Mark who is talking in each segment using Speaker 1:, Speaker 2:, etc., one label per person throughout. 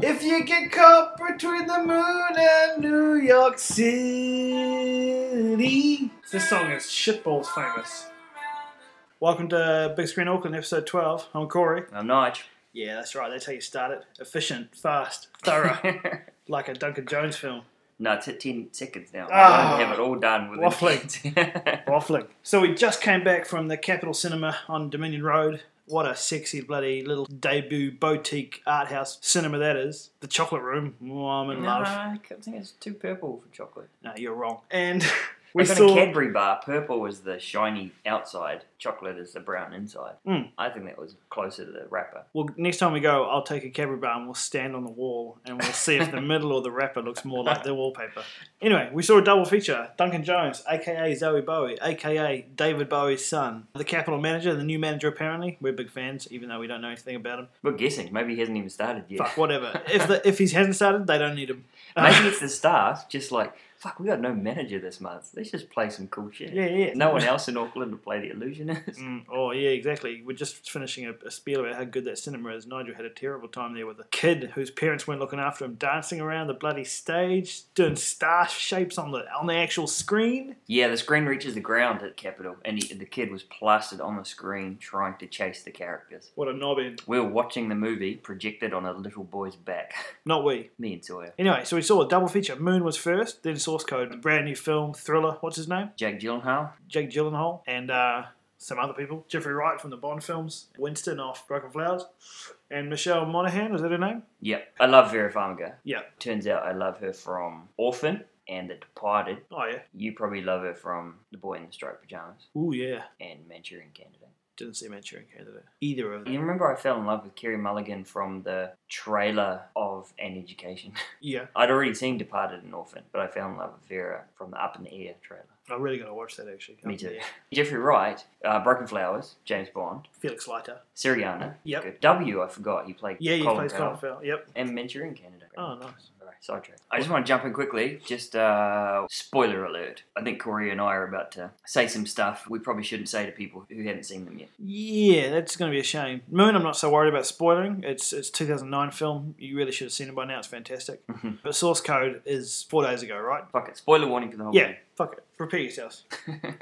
Speaker 1: drinking cup between the moon and New York City. This song is shitballs famous. Welcome to Big Screen Auckland, episode 12. I'm Corey.
Speaker 2: I'm Nige.
Speaker 1: Yeah, that's right. That's how you start it. Efficient, fast, thorough, like a Duncan Jones film.
Speaker 2: no, it's at 10 seconds now.
Speaker 1: Ah.
Speaker 2: I have it all done with
Speaker 1: Waffling. Waffling. So we just came back from the Capitol Cinema on Dominion Road. What a sexy bloody little debut boutique art house cinema that is. The Chocolate Room. Oh, I'm in
Speaker 2: no,
Speaker 1: love.
Speaker 2: I think it's too purple for chocolate.
Speaker 1: No, you're wrong. And we
Speaker 2: We've got a
Speaker 1: saw.
Speaker 2: Cadbury bar. Purple is the shiny outside, chocolate is the brown inside.
Speaker 1: Mm.
Speaker 2: I think that was closer to the wrapper.
Speaker 1: Well, next time we go, I'll take a Cadbury bar and we'll stand on the wall and we'll see if the middle or the wrapper looks more like the wallpaper. Anyway, we saw a double feature Duncan Jones, aka Zoe Bowie, aka David Bowie's son, the capital manager, the new manager apparently. We're big fans, even though we don't know anything about him.
Speaker 2: We're guessing. Maybe he hasn't even started yet.
Speaker 1: Fuck, whatever. if, the, if he hasn't started, they don't need him. Uh,
Speaker 2: Maybe it's the staff just like, fuck, we got no manager this month. Let's just play some cool shit.
Speaker 1: yeah, yeah.
Speaker 2: No one else in Auckland to play the illusionist.
Speaker 1: Mm, oh yeah, exactly. We're just finishing a, a spiel about how good that cinema is. Nigel had a terrible time there with a kid whose parents weren't looking after him, dancing around the bloody stage, doing star shapes on the on the actual screen.
Speaker 2: Yeah, the screen reaches the ground at Capitol, and he, the kid was plastered on the screen trying to chase the characters.
Speaker 1: What a knobhead!
Speaker 2: We were watching the movie projected on a little boy's back.
Speaker 1: Not we.
Speaker 2: Me and Sawyer.
Speaker 1: Anyway, so we saw a double feature. Moon was first, then Source Code, the brand new film thriller. What's his name?
Speaker 2: Jake Gyllenhaal.
Speaker 1: Jake Gyllenhaal and uh, some other people. Jeffrey Wright from the Bond films, Winston off Broken Flowers, and Michelle Monaghan. Was that her name?
Speaker 2: Yep. I love Vera Farmiga.
Speaker 1: Yeah.
Speaker 2: Turns out I love her from Orphan and The Departed.
Speaker 1: Oh yeah.
Speaker 2: You probably love her from The Boy in the Striped Pajamas
Speaker 1: Oh yeah.
Speaker 2: and Manchurian Candidate.
Speaker 1: Didn't see Manchurian Candidate. Either of them.
Speaker 2: You remember I fell in love with Kerry Mulligan from the trailer of An Education.
Speaker 1: Yeah.
Speaker 2: I'd already seen Departed and Orphan, but I fell in love with Vera from the Up in the Air trailer.
Speaker 1: I really gotta watch that actually.
Speaker 2: Me too.
Speaker 1: Oh, Yeah.
Speaker 2: Jeffrey Wright, uh, Broken Flowers, James Bond,
Speaker 1: Felix Leiter.
Speaker 2: Syriana.
Speaker 1: Yep.
Speaker 2: Good. W, I forgot, he played
Speaker 1: Yeah, he
Speaker 2: Colin
Speaker 1: plays
Speaker 2: Powell.
Speaker 1: Colin Farrell. Yep.
Speaker 2: And Manchurian Candidate.
Speaker 1: Oh, nice.
Speaker 2: Sorry, sidetrack. I just want to jump in quickly. Just uh, spoiler alert. I think Corey and I are about to say some stuff we probably shouldn't say to people who haven't seen them yet.
Speaker 1: Yeah, that's gonna be a shame. Moon, I'm not so worried about spoiling. It's it's 2009 film. You really should have seen it by now. It's fantastic. but Source Code is four days ago, right?
Speaker 2: Fuck it. Spoiler warning for the whole
Speaker 1: Yeah. Fuck it. Prepare yourselves.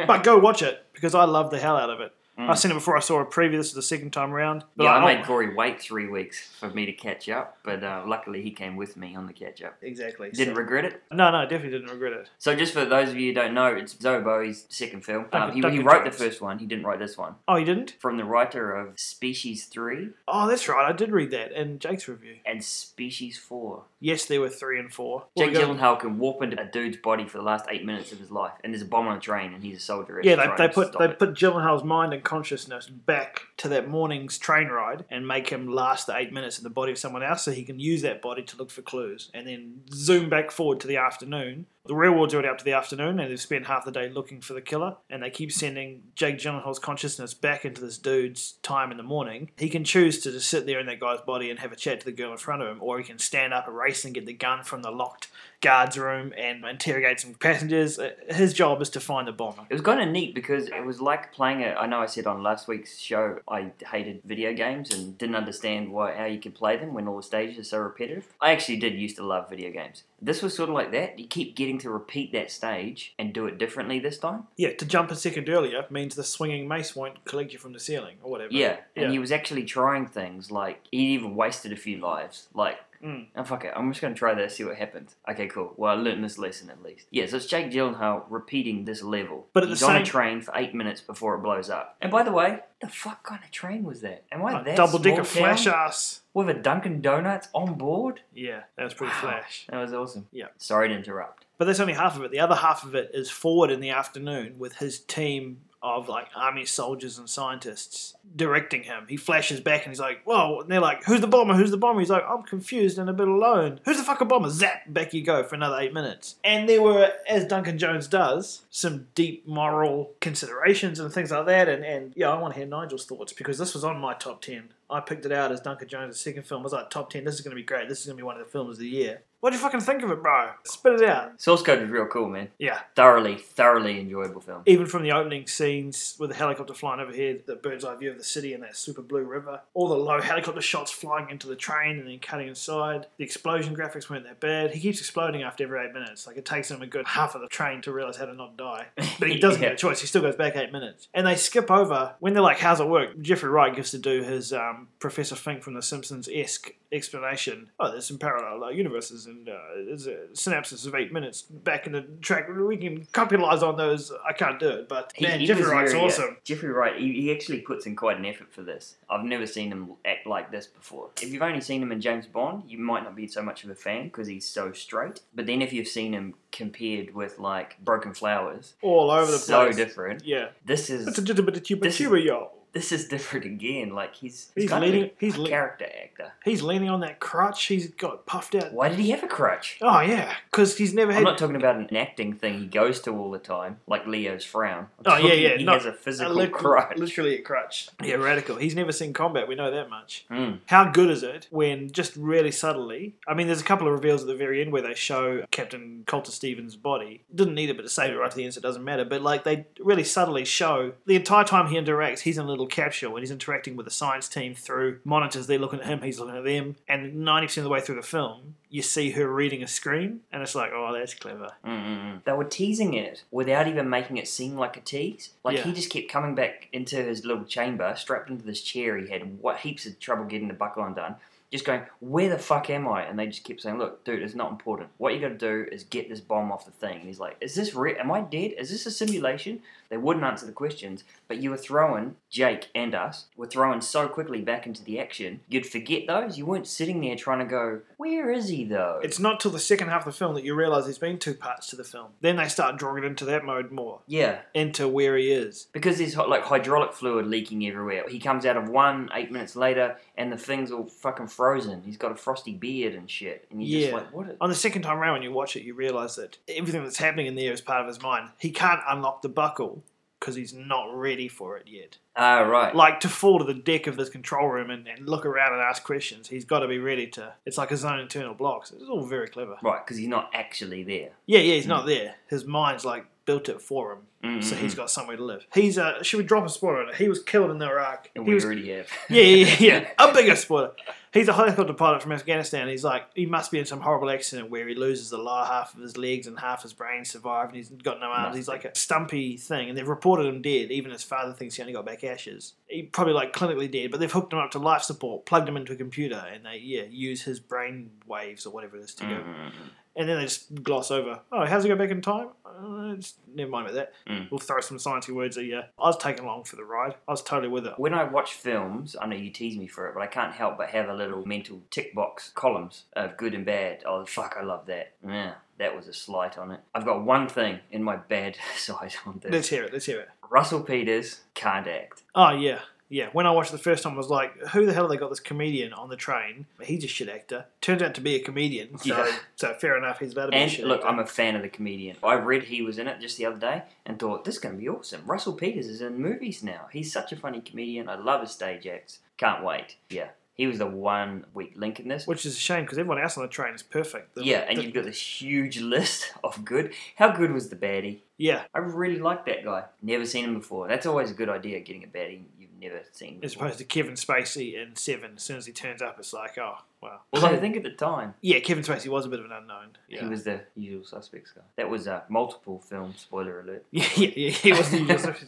Speaker 1: but go watch it because I love the hell out of it. I've seen it before. I saw a preview. This is the second time around. But
Speaker 2: Mm. Yeah,
Speaker 1: I'll-
Speaker 2: I made Corey wait three weeks for me to catch up, but uh, luckily he came with me on the catch up.
Speaker 1: exactly.
Speaker 2: Didn't
Speaker 1: so-
Speaker 2: regret it.
Speaker 1: no, no, definitely didn't regret it.
Speaker 2: So, just for those of you who don't know, it's Zoe Bowie's second film. Um,
Speaker 1: Duncan-
Speaker 2: he, he
Speaker 1: Duncan
Speaker 2: wrote the
Speaker 1: Jones.
Speaker 2: first one, he didn't write this one.
Speaker 1: Oh, you didn't?
Speaker 2: From the writer of Species 3
Speaker 1: Oh, that's right. I did read that in Jake's review.
Speaker 2: and Species 4.
Speaker 1: Yes, there were three and four. Well,
Speaker 2: Jake
Speaker 1: we got-
Speaker 2: Gyllenhaal can warp into a dude's body for the last eight minutes of his life, and there's a bomb on a train, and he's a soldier.
Speaker 1: Yeah,
Speaker 2: trying
Speaker 1: they, they
Speaker 2: to
Speaker 1: put
Speaker 2: stop
Speaker 1: they
Speaker 2: it.
Speaker 1: put Gyllenhaal's mind and consciousness back to that morning's train ride and make him last the eight minutes in the body of someone else, so he can use that body to look for clues, and then zoom back forward to the afternoon. The railroads are out to the afternoon, and they've spent half the day looking for the killer, and they keep sending Jake Gyllenhaal's consciousness back into this dude's time in the morning. He can choose to just sit there in that guy's body and have a chat to the girl in front of him, or he can stand up, and race, and get the gun from the locked guards room and interrogate some passengers. Uh, His job is to find the bomber.
Speaker 2: It was kind of neat because it was like playing a. I know I said on last week's show I hated video games and didn't understand why how you could play them when all the stages are so repetitive. I actually did used to love video games. This was sort of like that. You keep getting to repeat that stage and do it differently this time.
Speaker 1: Yeah, to jump a second earlier means the swinging mace won't collect you from the ceiling or whatever.
Speaker 2: Yeah, and
Speaker 1: Yeah.
Speaker 2: he was actually trying things like he even wasted a few lives. Like,
Speaker 1: Mm.
Speaker 2: oh fuck it, I'm just gonna try this, see what happens. Okay, cool. Well, I learned this lesson at least. Yeah, so it's Jake Gyllenhaal repeating this level.
Speaker 1: But at the
Speaker 2: he's on
Speaker 1: same-
Speaker 2: a train for eight minutes before it blows up. And by the way, the fuck kind of train was that? Am I that
Speaker 1: Double
Speaker 2: small
Speaker 1: decker
Speaker 2: town
Speaker 1: flash ass.
Speaker 2: with a Dunkin' Donuts on board?
Speaker 1: Yeah, that was pretty
Speaker 2: Wow.
Speaker 1: flash.
Speaker 2: That was awesome.
Speaker 1: Yeah.
Speaker 2: Sorry to interrupt.
Speaker 1: But that's only half of it. The other half of it is forward in the afternoon with his team of like army soldiers and scientists directing him. He flashes back and he's like, Whoa and they're like, Who's the bomber? Who's the bomber? He's like, I'm confused and a bit alone. Who's the fucking bomber? Zap, back you go for another eight minutes. And there were, as Duncan Jones does, some deep moral considerations and things like that and, and yeah, I want to hear Nigel's thoughts because this was on my top ten. I picked it out as Duncan Jones' second film. I was like, top ten, this is gonna be great, this is gonna be one of the films of the year. What do you fucking think of it, bro? Spit it out.
Speaker 2: Source Code was real cool, man.
Speaker 1: Yeah.
Speaker 2: Thoroughly, thoroughly enjoyable film.
Speaker 1: Even from the opening scenes with the helicopter flying overhead, the bird's eye view of the city and that super blue river, all the low helicopter shots flying into the train and then cutting inside. The explosion graphics weren't that bad. He keeps exploding after every eight minutes. Like it takes him a good half of the train to realize how to not die. But he doesn't
Speaker 2: Yeah.
Speaker 1: get a choice. He still goes back eight minutes. And they skip over when they're like, "How's it work?" Jeffrey Wright gives to do his um, Professor Fink from The Simpsons esque explanation. Oh, there's some parallel uh, universes and uh, there's a synapses of eight minutes back in the track. We can capitalize on those. I can't do it, but man, Jeffrey
Speaker 2: was
Speaker 1: Wright's
Speaker 2: very, uh,
Speaker 1: awesome.
Speaker 2: Jeffrey Wright, he, he actually puts in quite an effort for this. I've never seen him act like this before. If you've only seen him in James Bond, you might not be so much of a fan because he's so straight. But then if you've seen him compared with like Broken Flowers,
Speaker 1: All over the
Speaker 2: so
Speaker 1: place.
Speaker 2: different.
Speaker 1: Yeah,
Speaker 2: This is
Speaker 1: it's a little bit of tuba
Speaker 2: This is-
Speaker 1: tuba, yo.
Speaker 2: this is different again. Like he's
Speaker 1: He's
Speaker 2: kind of
Speaker 1: leading-
Speaker 2: a
Speaker 1: he's le-
Speaker 2: character actor.
Speaker 1: He's leaning on that crutch. He's got puffed out.
Speaker 2: Why did he have a crutch?
Speaker 1: Oh yeah, because he's never had.
Speaker 2: I'm not talking about an acting thing he goes to all the time, like Leo's frown. I'm
Speaker 1: Oh, yeah,
Speaker 2: talking
Speaker 1: yeah,
Speaker 2: He
Speaker 1: no,
Speaker 2: has a
Speaker 1: a
Speaker 2: physical
Speaker 1: lit-
Speaker 2: crutch.
Speaker 1: Literally a crutch. Yeah, radical. He's never seen combat. We know that much.
Speaker 2: Mm.
Speaker 1: How good is it when just really subtly? I mean, there's a couple of reveals at the very end where they show Captain Coulter Stevens' body. Didn't need it, but to save it right to the end, so it doesn't matter. But like, they really subtly show the entire time he interacts, he's in a little capsule and he's interacting with the science team through monitors. They're looking at him, he's looking at them, and 90% of the way through the film, you see her reading a screen, and it's like, oh, that's clever. Mm-hmm.
Speaker 2: Mm-mm. They were teasing it without even making it seem like a tease. Like
Speaker 1: Yeah.
Speaker 2: he just kept coming back into his little chamber, strapped into this chair. He had what heaps of trouble getting the buckle undone. Just going, where the fuck am I? And they just kept saying, look, dude, it's not important. What you got to do is get this bomb off the thing. And he's like, is this real? Am I dead? Is this a simulation? They wouldn't answer the questions, but you were throwing Jake and us were throwing so quickly back into the action. You'd forget those. You weren't sitting there trying to go, where is he though?
Speaker 1: It's not till the second half of the film that you realize there's been two parts to the film. Then they start drawing it into that mode more,
Speaker 2: yeah.
Speaker 1: into where he is.
Speaker 2: because there's like hydraulic fluid leaking everywhere. He comes out of one eight minutes later, and the thing's all fucking frozen. He's got a frosty beard and shit, and you're just
Speaker 1: Yeah.
Speaker 2: like, what? Is-
Speaker 1: On the second time round, when you watch it, you realize that everything that's happening in there is part of his mind. He can't unlock the buckle because he's not ready for it yet.
Speaker 2: ah, right.
Speaker 1: Like to fall to the deck of this control room and, and look around and ask questions, he's got to be ready to. It's like his own internal blocks. It's all very clever.
Speaker 2: Right, because he's not actually there.
Speaker 1: Yeah, yeah, he's not there. His mind's like built it for him,
Speaker 2: Mm,
Speaker 1: so
Speaker 2: mm,
Speaker 1: he's
Speaker 2: mm.
Speaker 1: got somewhere to live. He's uh, should we drop a spoiler on it? He was killed in Iraq.
Speaker 2: And
Speaker 1: He
Speaker 2: we
Speaker 1: was
Speaker 2: already have.
Speaker 1: yeah, yeah, yeah. yeah. A bigger spoiler. He's a helicopter pilot from Afghanistan. He's like, he must be in some horrible accident where he loses the lower half of his legs and half his brain survived and he's got no arms.
Speaker 2: Must
Speaker 1: He's
Speaker 2: be.
Speaker 1: like a stumpy thing. And they've reported him dead. Even his father thinks he only got back ashes. He probably like clinically dead, but they've hooked him up to life support, plugged him into a computer, and they, yeah, use his brain waves or whatever it is to
Speaker 2: Mm,
Speaker 1: go
Speaker 2: mm, mm.
Speaker 1: and then they just gloss over. Oh, how's it go back in time? Uh, it's, never mind about that.
Speaker 2: Mm.
Speaker 1: We'll throw some sciencey words at you. I was taken along for the ride. I was totally with it.
Speaker 2: When I watch films, I know you tease me for it, but I can't help but have a little mental tick box columns of good and bad. Oh, fuck, I love that. Yeah, that was a slight on it. I've got one thing in my bad side on this.
Speaker 1: Let's hear it. Let's hear it.
Speaker 2: Russell Peters can't act.
Speaker 1: Oh yeah, yeah. When I watched it the first time, I was like, "Who the hell have they got this comedian on the train? He's a shit actor." Turns out to be a comedian. So,
Speaker 2: Yeah.
Speaker 1: so fair enough. He's allowed to be a
Speaker 2: And
Speaker 1: shit
Speaker 2: look,
Speaker 1: actor.
Speaker 2: I'm a fan of the comedian. I read he was in it just the other day and thought, this is going to be awesome. Russell Peters is in movies now. He's such a funny comedian. I love his stage acts. Can't wait. Yeah. He was the one weak link in this.
Speaker 1: which is a shame because everyone else on the train is perfect. The-
Speaker 2: yeah, and
Speaker 1: the-
Speaker 2: you've got this huge list of good. How good was the baddie?
Speaker 1: yeah,
Speaker 2: I really like that guy. Never seen him before. That's always a good idea, getting a baddie you've never seen
Speaker 1: as
Speaker 2: before.
Speaker 1: opposed to Kevin Spacey in Seven. As soon as he turns up, it's like, oh wow.
Speaker 2: Although I think at the time,
Speaker 1: yeah, Kevin Spacey was a bit of an unknown. Yeah.
Speaker 2: he was the usual suspects guy. That was a multiple film spoiler alert.
Speaker 1: Yeah, yeah, yeah, he was the Joseph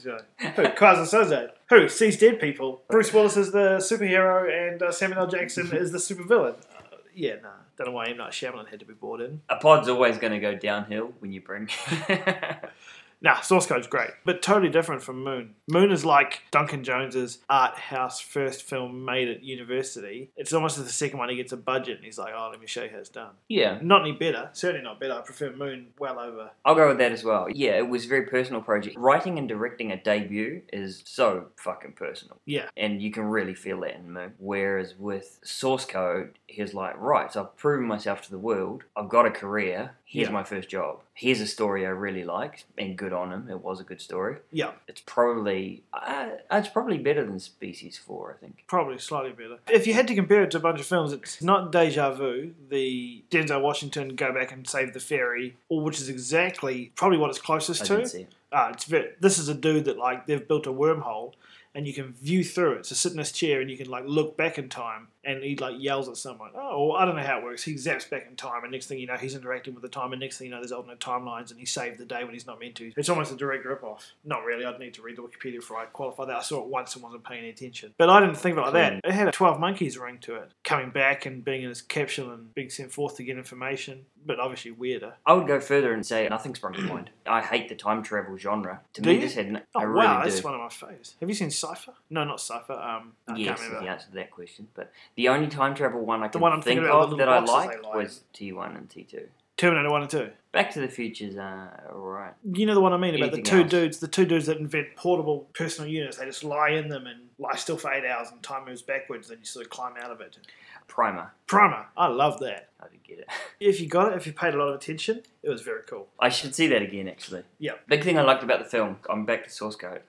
Speaker 1: Who? Kaiser Soze. Who sees dead people? Bruce Willis is the superhero, and uh, Samuel L. Jackson is the supervillain. Uh, yeah, nah. Don't know why M. Night Shyamalan had to be brought in.
Speaker 2: A pod's always going to go downhill when you bring.
Speaker 1: Nah, Source Code's great, but totally different from Moon. Moon is like Duncan Jones's art house first film made at university. It's almost as the second one he gets a budget and he's like, oh, let me show you how it's done.
Speaker 2: yeah,
Speaker 1: Not any better, certainly not better. I prefer Moon well over.
Speaker 2: I'll go with that as well. Yeah, it was a very personal project. Writing and directing a debut is so fucking personal.
Speaker 1: Yeah.
Speaker 2: And you can really feel that in Moon. Whereas with Source Code, he's like, right, so I've proven myself to the world. I've got a career. Here's
Speaker 1: Yeah.
Speaker 2: my first job. Here's a story I really liked and good good on him. It was a good story.
Speaker 1: Yeah,
Speaker 2: It's probably uh, it's probably better than Species Four. I think.
Speaker 1: probably slightly better. If you had to compare it to a bunch of films, it's not Deja Vu, the Denzel Washington go back and save the fairy, or which is exactly probably what it's closest
Speaker 2: I
Speaker 1: to.
Speaker 2: didn't see it.
Speaker 1: Ah, it's very, this is a dude that like they've built a wormhole and you can view through it. So sit in this chair and you can like look back in time and he like yells at someone. Oh, well, I don't know how it works. He zaps back in time and next thing you know he's interacting with the time and next thing you know there's alternate timelines and he saved the day when he's not meant to. It's almost a direct rip off. Not really. I'd need to read the Wikipedia before I qualify that. I saw it once and wasn't paying any attention. But I didn't think about that. It had a 12 monkeys ring to it. Coming back and being in his capsule and being sent forth to get information, but obviously weirder.
Speaker 2: I would go further and say nothing sprung to mind. I hate the time travel genre. To
Speaker 1: Do
Speaker 2: me,
Speaker 1: you?
Speaker 2: this had n-
Speaker 1: Oh
Speaker 2: I really
Speaker 1: wow,
Speaker 2: do.
Speaker 1: that's one of my faves. Have you seen Cipher? No, not Cipher. Um, I
Speaker 2: yes,
Speaker 1: can't
Speaker 2: is the
Speaker 1: remember.
Speaker 2: answer to that question. But the only time travel one I can
Speaker 1: one I'm
Speaker 2: think
Speaker 1: thinking about, the
Speaker 2: of that
Speaker 1: little
Speaker 2: I
Speaker 1: boxes they
Speaker 2: liked
Speaker 1: like.
Speaker 2: was T1 and T2.
Speaker 1: Terminator One and Two.
Speaker 2: Back to the Future's uh, alright.
Speaker 1: You know the one I mean about the
Speaker 2: Anything
Speaker 1: two
Speaker 2: else?
Speaker 1: dudes, the two dudes that invent portable personal units. They just lie in them and lie still for eight hours, and time moves backwards. Then you sort of climb out of it.
Speaker 2: Primer.
Speaker 1: Primer. I love that.
Speaker 2: I didn't get it.
Speaker 1: If you got it, if you paid a lot of attention, it was very cool.
Speaker 2: I should see that again, actually.
Speaker 1: Yeah.
Speaker 2: Big thing I liked about the film. I'm back to source code.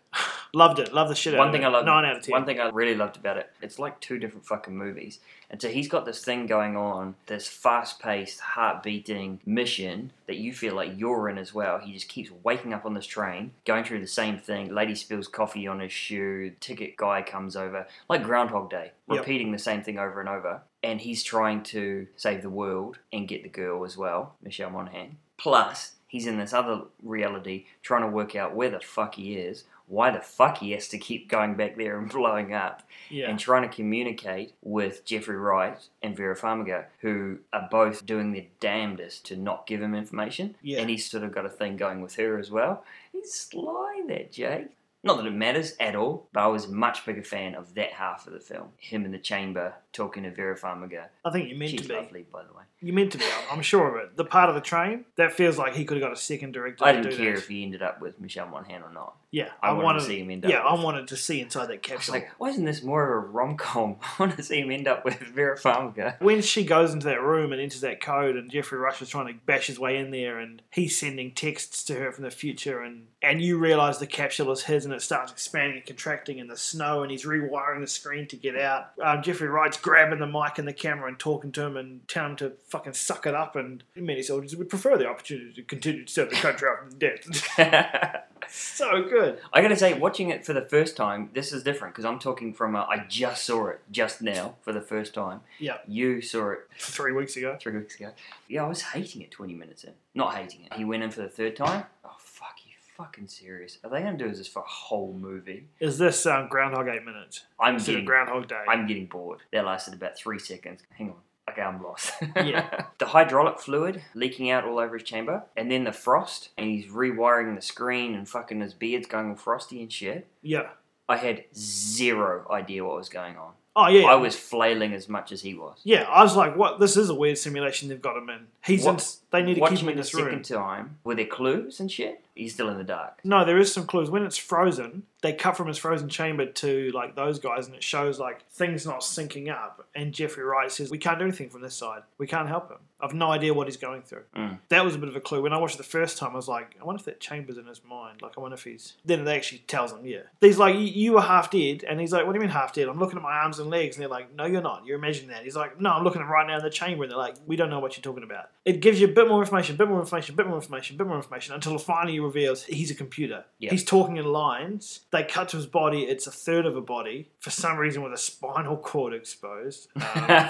Speaker 1: Loved it. Loved the shit out
Speaker 2: One
Speaker 1: of
Speaker 2: thing
Speaker 1: it.
Speaker 2: I loved.
Speaker 1: Nine out of ten.
Speaker 2: One thing I really loved about it. It's like two different fucking movies. And so he's got this thing going on, this fast-paced, heart-beating mission that you feel like you're in as well. He just keeps waking up on this train, going through the same thing. Lady spills coffee on his shoe. Ticket guy comes over, like Groundhog Day,
Speaker 1: Yep.
Speaker 2: repeating the same thing over and over. And he's trying to save the world and get the girl as well, Michelle Monaghan. Plus, he's in this other reality trying to work out where the fuck he is, why the fuck he has to keep going back there and blowing up,
Speaker 1: yeah.
Speaker 2: and trying to communicate with Jeffrey Wright and Vera Farmiga, who are both doing their damnedest to not give him information.
Speaker 1: Yeah.
Speaker 2: And he's sort of got a thing going with her as well. He's sly, that Jake. Not that it matters at all, but I was a much bigger fan of that half of the film. Him in the chamber talking to Vera Farmiga.
Speaker 1: I think you meant
Speaker 2: She's
Speaker 1: to be.
Speaker 2: lovely, by the way.
Speaker 1: You meant to be. I'm- I'm sure of it. The part of the train that feels like he could have got a second director.
Speaker 2: I
Speaker 1: to
Speaker 2: didn't
Speaker 1: do
Speaker 2: care
Speaker 1: that.
Speaker 2: if he ended up with Michelle Monaghan or not.
Speaker 1: Yeah, I,
Speaker 2: I, wanted,
Speaker 1: wanted.
Speaker 2: to see him end up.
Speaker 1: yeah,
Speaker 2: with-
Speaker 1: I wanted to see inside that
Speaker 2: I was
Speaker 1: capsule.
Speaker 2: like, why isn't this more of a rom com? I want to see him end up with Vera Farmiga.
Speaker 1: when she goes into that room and enters that code and Jeffrey Rush is trying to bash his way in there and he's sending texts to her from the future and and you realize the capsule is his and it starts expanding and contracting in the snow and he's rewiring the screen to get out um, Jeffrey Wright's grabbing the mic and the camera and talking to him and telling him to fucking suck it up and many soldiers would prefer the opportunity to continue to serve the country after death
Speaker 2: I
Speaker 1: so good
Speaker 2: gotta say, watching it for the first time, this is different because I'm talking from a, I just saw it just now for the first time.
Speaker 1: Yeah.
Speaker 2: You saw it
Speaker 1: three weeks ago
Speaker 2: three weeks ago. Yeah, I was hating it 20 minutes in. Not hating it. He went in for the third time. Oh, fuck, you fucking serious. Are they gonna do this for a whole movie?
Speaker 1: is this um, Groundhog 8 minutes
Speaker 2: I'm
Speaker 1: instead of
Speaker 2: getting
Speaker 1: Groundhog Day
Speaker 2: I'm getting bored. That lasted about three seconds. Hang on. Okay, I'm lost.
Speaker 1: Yeah.
Speaker 2: the hydraulic fluid leaking out all over his chamber, and then the frost, and he's rewiring the screen, and fucking his beard's going all frosty and shit.
Speaker 1: yeah
Speaker 2: I had zero idea what was going on.
Speaker 1: oh yeah
Speaker 2: I was flailing as much as he was.
Speaker 1: Yeah, I was like, "What? This is a weird simulation they've got him in. He's in,
Speaker 2: What-
Speaker 1: they need to
Speaker 2: Watching
Speaker 1: keep him in
Speaker 2: it
Speaker 1: this
Speaker 2: the
Speaker 1: room."
Speaker 2: second time, were there clues and shit? He's still in the dark.
Speaker 1: no, there is some clues. When it's frozen, they cut from his frozen chamber to like those guys, and it shows like things not syncing up. And Jeffrey Wright says, "We can't do anything from this side. We can't help him. I've no idea what he's going through."
Speaker 2: Mm.
Speaker 1: That was a bit of a clue. When I watched it the first time, I was like, "I wonder if that chamber's in his mind. Like, I wonder if he's." Then it actually tells him, "Yeah." He's like, "You- "You were half dead," and he's like, "What do you mean half dead? I'm looking at my arms and legs." And they're like, "No, you're not. You're imagining that." He's like, "No, I'm looking at right now in the chamber." And they're like, "We don't know what you're talking about." It gives you a bit more information, bit more information, bit more information, bit more information, until it finally reveals he's a computer.
Speaker 2: Yeah.
Speaker 1: He's talking in lines. They cut to his body. It's a third of a body for some reason with a spinal cord exposed. Um,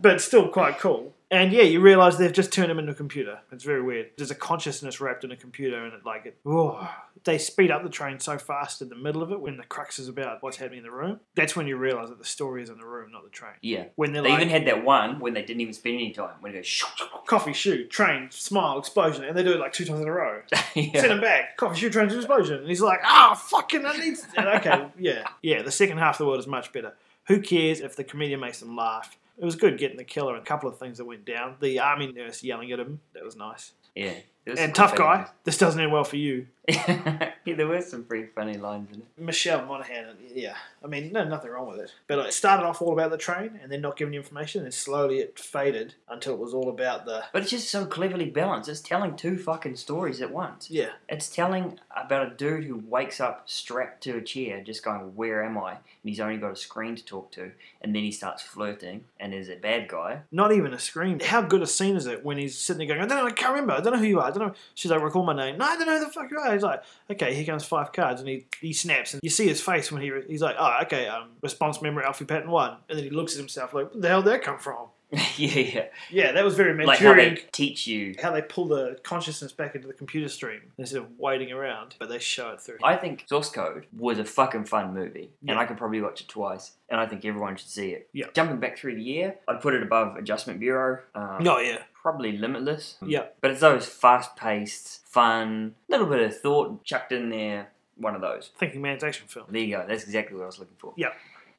Speaker 1: but still quite cool. And yeah, you realise they've just turned him into a computer. It's very weird. There's a consciousness wrapped in a computer, and it like it. Oh, they speed up the train so fast in the middle of it when the crux is about what's happening in the room. That's when you realise that the story is in the room, not the train.
Speaker 2: yeah.
Speaker 1: When they're
Speaker 2: They
Speaker 1: like
Speaker 2: even had that one when they didn't even spend any time. When it goes,
Speaker 1: coffee, shoot, train, smile, explosion, and they do it like two times in a row. Send
Speaker 2: yeah.
Speaker 1: him back. Coffee, shoot, train, explosion, and he's like, ah, fucking, I need. And okay, yeah, yeah. The second half of the world is much better. Who cares if the comedian makes them laugh? It was good getting the killer and a couple of things that went down. The army nurse yelling at him. That was nice.
Speaker 2: yeah. There was
Speaker 1: And
Speaker 2: some
Speaker 1: tough
Speaker 2: funny
Speaker 1: guy, this doesn't end well for you.
Speaker 2: lines. yeah, there were some pretty funny lines in it.
Speaker 1: Michelle Monaghan, yeah. I mean, no, nothing wrong with it. But it started off all about the train and then not giving you information, and slowly it faded until it was all about the.
Speaker 2: But it's just so cleverly balanced. It's telling two fucking stories at once.
Speaker 1: Yeah,
Speaker 2: It's telling about a dude who wakes up strapped to a chair, just going, Where am I? And he's only got a screen to talk to. And then he starts flirting and is a bad guy.
Speaker 1: not even a scream. How good a scene is it when he's sitting there going, I don't know, I can't remember, I don't know who you are, I don't know. She's like, recall my name. No, I don't know who the fuck you are. He's like, okay, here comes five cards, and he, he snaps, and you see his face when he re- he's like, oh, okay, um, response memory Alfie Patton one, and then he looks at himself like, where the hell did that come from?
Speaker 2: yeah, yeah.
Speaker 1: Yeah, that was very
Speaker 2: Like how
Speaker 1: Manchurian.
Speaker 2: they teach you.
Speaker 1: how they pull the consciousness back into the computer stream instead of waiting around, but they show it through.
Speaker 2: I think Source Code was a fucking fun movie,
Speaker 1: Yeah.
Speaker 2: and I could probably watch it twice, and I think everyone should see it.
Speaker 1: Yeah.
Speaker 2: Jumping back through the year, I'd put it above Adjustment Bureau. Um,
Speaker 1: oh yeah,
Speaker 2: Probably Limitless.
Speaker 1: Yeah.
Speaker 2: But it's those fast paced, fun, little bit of thought chucked in there. One of those.
Speaker 1: Thinking Man's action film.
Speaker 2: There you go. That's exactly what I was looking for.
Speaker 1: Yeah.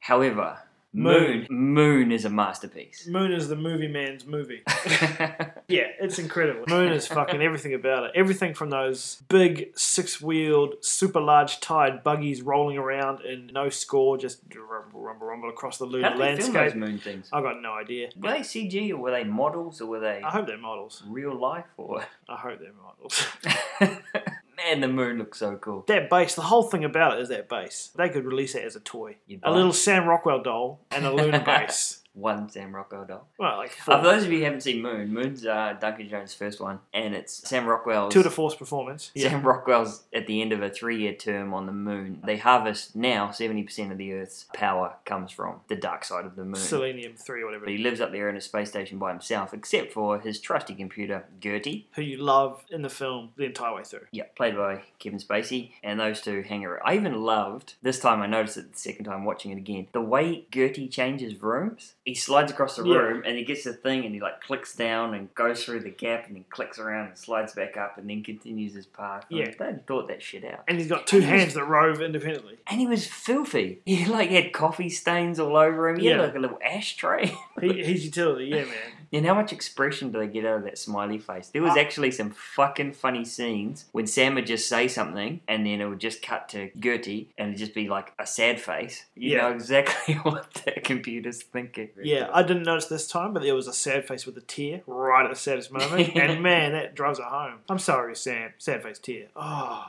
Speaker 2: However,
Speaker 1: Moon.
Speaker 2: Moon. Moon is a masterpiece.
Speaker 1: Moon is the movie man's movie.
Speaker 2: yeah,
Speaker 1: Yeah, it's incredible. Moon is fucking everything about it. Everything from those big six wheeled, super large tired buggies rolling around in no score, just rumble, rumble, rumble across the
Speaker 2: How
Speaker 1: lunar
Speaker 2: do they film those
Speaker 1: landscape.
Speaker 2: moon things?
Speaker 1: I got no idea.
Speaker 2: Were they CG or were they models or were they
Speaker 1: I hope they're models.
Speaker 2: real life or?
Speaker 1: I hope they're models.
Speaker 2: Man, the moon looks so cool.
Speaker 1: that base, the whole thing about it is that base. They could release it as a toy.
Speaker 2: You'd
Speaker 1: A
Speaker 2: buy
Speaker 1: little Sam Rockwell doll and a lunar base.
Speaker 2: one Sam Rockwell doll.
Speaker 1: Well, like
Speaker 2: Uh,
Speaker 1: four.
Speaker 2: for those of you who haven't seen Moon, Moon's uh, Duncan Jones' first one, and it's Sam Rockwell's.
Speaker 1: Tour de force performance. Yeah.
Speaker 2: Sam Rockwell's at the end of a three-year term on the moon. They harvest now seventy percent of the Earth's power comes from the dark side of the moon.
Speaker 1: Selenium 3 or whatever.
Speaker 2: But he lives up there in a space station by himself, except for his trusty computer, Gertie,
Speaker 1: Who you love in the film the entire way through.
Speaker 2: yeah, played by Kevin Spacey, and those two hang around. I even loved, this time I noticed it the second time watching it again, the way Gertie changes rooms. He slides across the
Speaker 1: Yeah.
Speaker 2: room and he gets the thing and he like clicks down and goes through the gap and then clicks around and slides back up and then continues his path.
Speaker 1: Yeah.
Speaker 2: Like, they thought that shit out.
Speaker 1: And he's got two hands that rove independently.
Speaker 2: And he was filthy. He like had coffee stains all over him. He
Speaker 1: Yeah.
Speaker 2: had like a little ashtray.
Speaker 1: He, he's utility, yeah, man.
Speaker 2: And how much expression do they get out of that smiley face? There was
Speaker 1: Ah.
Speaker 2: actually some fucking funny scenes when Sam would just say something and then it would just cut to Gertie and it'd just be like a sad face. You
Speaker 1: Yeah.
Speaker 2: know exactly what that computer's thinking.
Speaker 1: Yeah, I didn't notice this time, but there was a sad face with a tear right at the saddest moment. and man, that drives it home. I'm sorry, Sam. Sad face tear. Oh,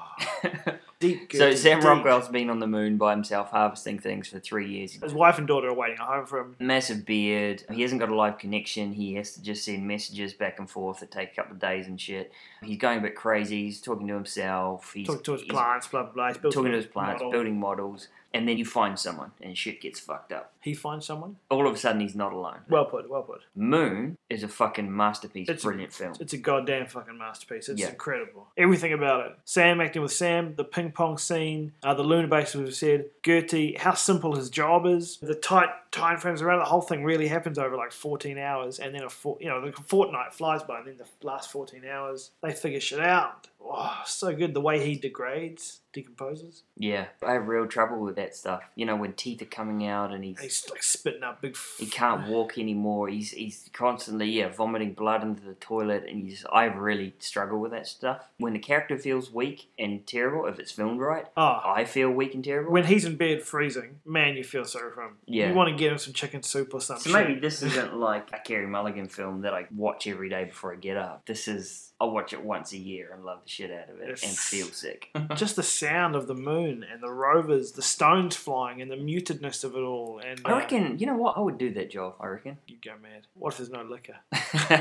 Speaker 1: deep.
Speaker 2: so
Speaker 1: good,
Speaker 2: Sam
Speaker 1: deep.
Speaker 2: Rockwell's been on the moon by himself harvesting things for three years.
Speaker 1: His wife and daughter are waiting at home for him.
Speaker 2: Massive beard. He hasn't got a live connection. He has to just send messages back and forth that take a couple of days and shit. He's going a bit crazy. He's talking to himself. He's
Speaker 1: Talking to his
Speaker 2: he's-
Speaker 1: plants, blah, blah, blah. He's built
Speaker 2: talking to
Speaker 1: a
Speaker 2: his plants,
Speaker 1: model.
Speaker 2: building models, and then you find someone and shit gets fucked up.
Speaker 1: He finds someone.
Speaker 2: All of a sudden, he's not alone.
Speaker 1: Well put, well put.
Speaker 2: Moon is a fucking masterpiece,
Speaker 1: It's-
Speaker 2: brilliant film.
Speaker 1: It's a goddamn fucking masterpiece. It's
Speaker 2: Yeah.
Speaker 1: incredible. Everything about it. Sam acting with Sam, the ping pong scene, uh, the lunar base, as we've said, Gertie, how simple his job is, the tight time frames around it. the whole thing really happens over like 14 hours, and then a for, you know the fortnight flies by, and then the last 14 hours they figure shit out. Oh, so good the way he degrades, decomposes.
Speaker 2: yeah, I have real trouble with that stuff. You know, when teeth are coming out and he's
Speaker 1: He's like spitting up big. F-
Speaker 2: he can't walk anymore. He's he's constantly yeah vomiting blood into the toilet, and he's I really struggle with that stuff. When the character feels weak and terrible, if it's filmed right,
Speaker 1: Oh,
Speaker 2: I feel weak and terrible.
Speaker 1: when he's in bed freezing, man, you feel sorry for him.
Speaker 2: Yeah.
Speaker 1: You want to get him some chicken soup or something.
Speaker 2: So maybe this isn't like a Kerry Mulligan film that I watch every day before I get up. This is I'll watch it once a year and love the shit out of it
Speaker 1: Yes.
Speaker 2: and feel sick.
Speaker 1: just the sound of the moon and the rovers, the stones flying, and the mutedness of it all. And uh,
Speaker 2: I reckon you know what I would do that job. I reckon,
Speaker 1: you go mad. What if there's no liquor?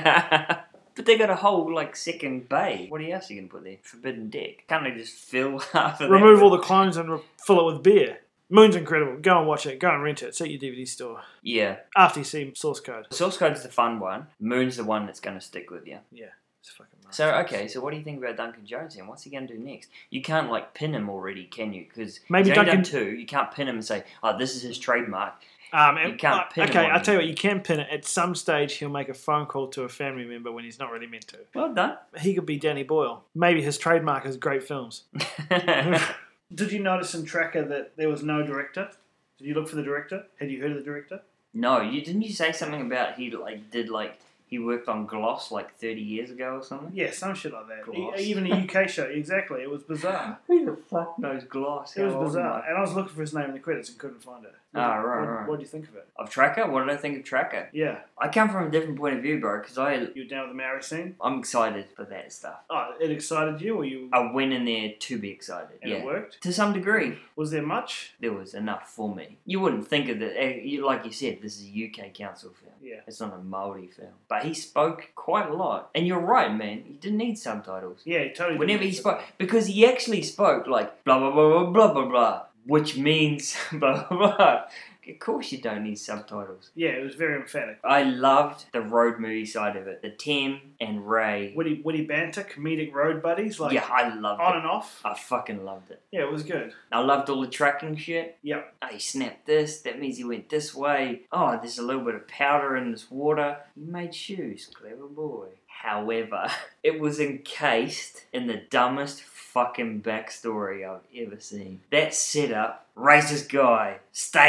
Speaker 2: but they got a whole like second bay. What else are you gonna put there? Forbidden deck. Can't they just fill half of
Speaker 1: Remove
Speaker 2: that
Speaker 1: all
Speaker 2: with-
Speaker 1: the clones and re- fill it with beer. Moon's incredible. Go and watch it. Go and rent it. It's at your DVD store
Speaker 2: Yeah,
Speaker 1: after you see source code.
Speaker 2: source code's the fun one. Moon's the one that's gonna stick with you.
Speaker 1: It's fucking mad.
Speaker 2: So okay, so what do you think about Duncan Jones then? What's he going to do next? You can't like pin him already, can you? Because
Speaker 1: Maybe
Speaker 2: he's only
Speaker 1: Duncan-
Speaker 2: done two. You can't pin him and say, "Oh, this is his trademark."
Speaker 1: um,
Speaker 2: you
Speaker 1: and-
Speaker 2: can't
Speaker 1: uh,
Speaker 2: pin it
Speaker 1: okay,
Speaker 2: on
Speaker 1: I'll tell you what. You can pin it. At some stage, he'll make a phone call to a family member when he's not really meant to.
Speaker 2: Well done.
Speaker 1: He could be Danny Boyle. Maybe his trademark is great films. Did you notice in Tracker that there was no director? Did you look for the director? Had you heard of the director?
Speaker 2: no, you didn't. You say something about he like did like he He worked on Gloss like 30 years ago or something.
Speaker 1: Yeah, some shit like that. E-
Speaker 2: Gloss.
Speaker 1: Even a UK show, exactly. It was bizarre.
Speaker 2: Who the fuck knows Gloss?
Speaker 1: It
Speaker 2: How
Speaker 1: was
Speaker 2: old am
Speaker 1: bizarre.
Speaker 2: I?
Speaker 1: And I was looking for his name in the credits and couldn't find it.
Speaker 2: Ah, right,
Speaker 1: What-
Speaker 2: right.
Speaker 1: What do you think of it?
Speaker 2: Of Tracker? What did I think of Tracker?
Speaker 1: Yeah,
Speaker 2: I come from a different point of view, bro, because I
Speaker 1: you were down with the Maori scene.
Speaker 2: I'm excited for that stuff.
Speaker 1: Oh, it excited you, or you?
Speaker 2: I went in there to be excited.
Speaker 1: and
Speaker 2: yeah.
Speaker 1: it worked.
Speaker 2: To some degree,
Speaker 1: Was there much?
Speaker 2: there was enough for me. You wouldn't think of that. eh, you- Like you said, this is a UK council film.
Speaker 1: Yeah.
Speaker 2: It's not a Maori film. But he spoke quite a lot. And you're right, man. He didn't need subtitles.
Speaker 1: Yeah, he totally.
Speaker 2: Whenever
Speaker 1: did.
Speaker 2: he spoke, because he actually spoke like blah blah blah blah blah blah blah, which means blah blah blah. Of course, you don't need subtitles.
Speaker 1: Yeah, it was very emphatic.
Speaker 2: I loved the road movie side of it. The Tim and Ray.
Speaker 1: Witty, witty banter, comedic road buddies, like
Speaker 2: yeah, I loved
Speaker 1: on
Speaker 2: it.
Speaker 1: and off.
Speaker 2: I fucking loved it.
Speaker 1: Yeah, it was good.
Speaker 2: I loved all the tracking shit.
Speaker 1: Yeah.
Speaker 2: Oh, he snapped this. That means he went this way. Oh, there's a little bit of powder in this water. He made shoes. Clever boy. However, it was encased in the dumbest fucking backstory I've ever seen. That setup, racist guy,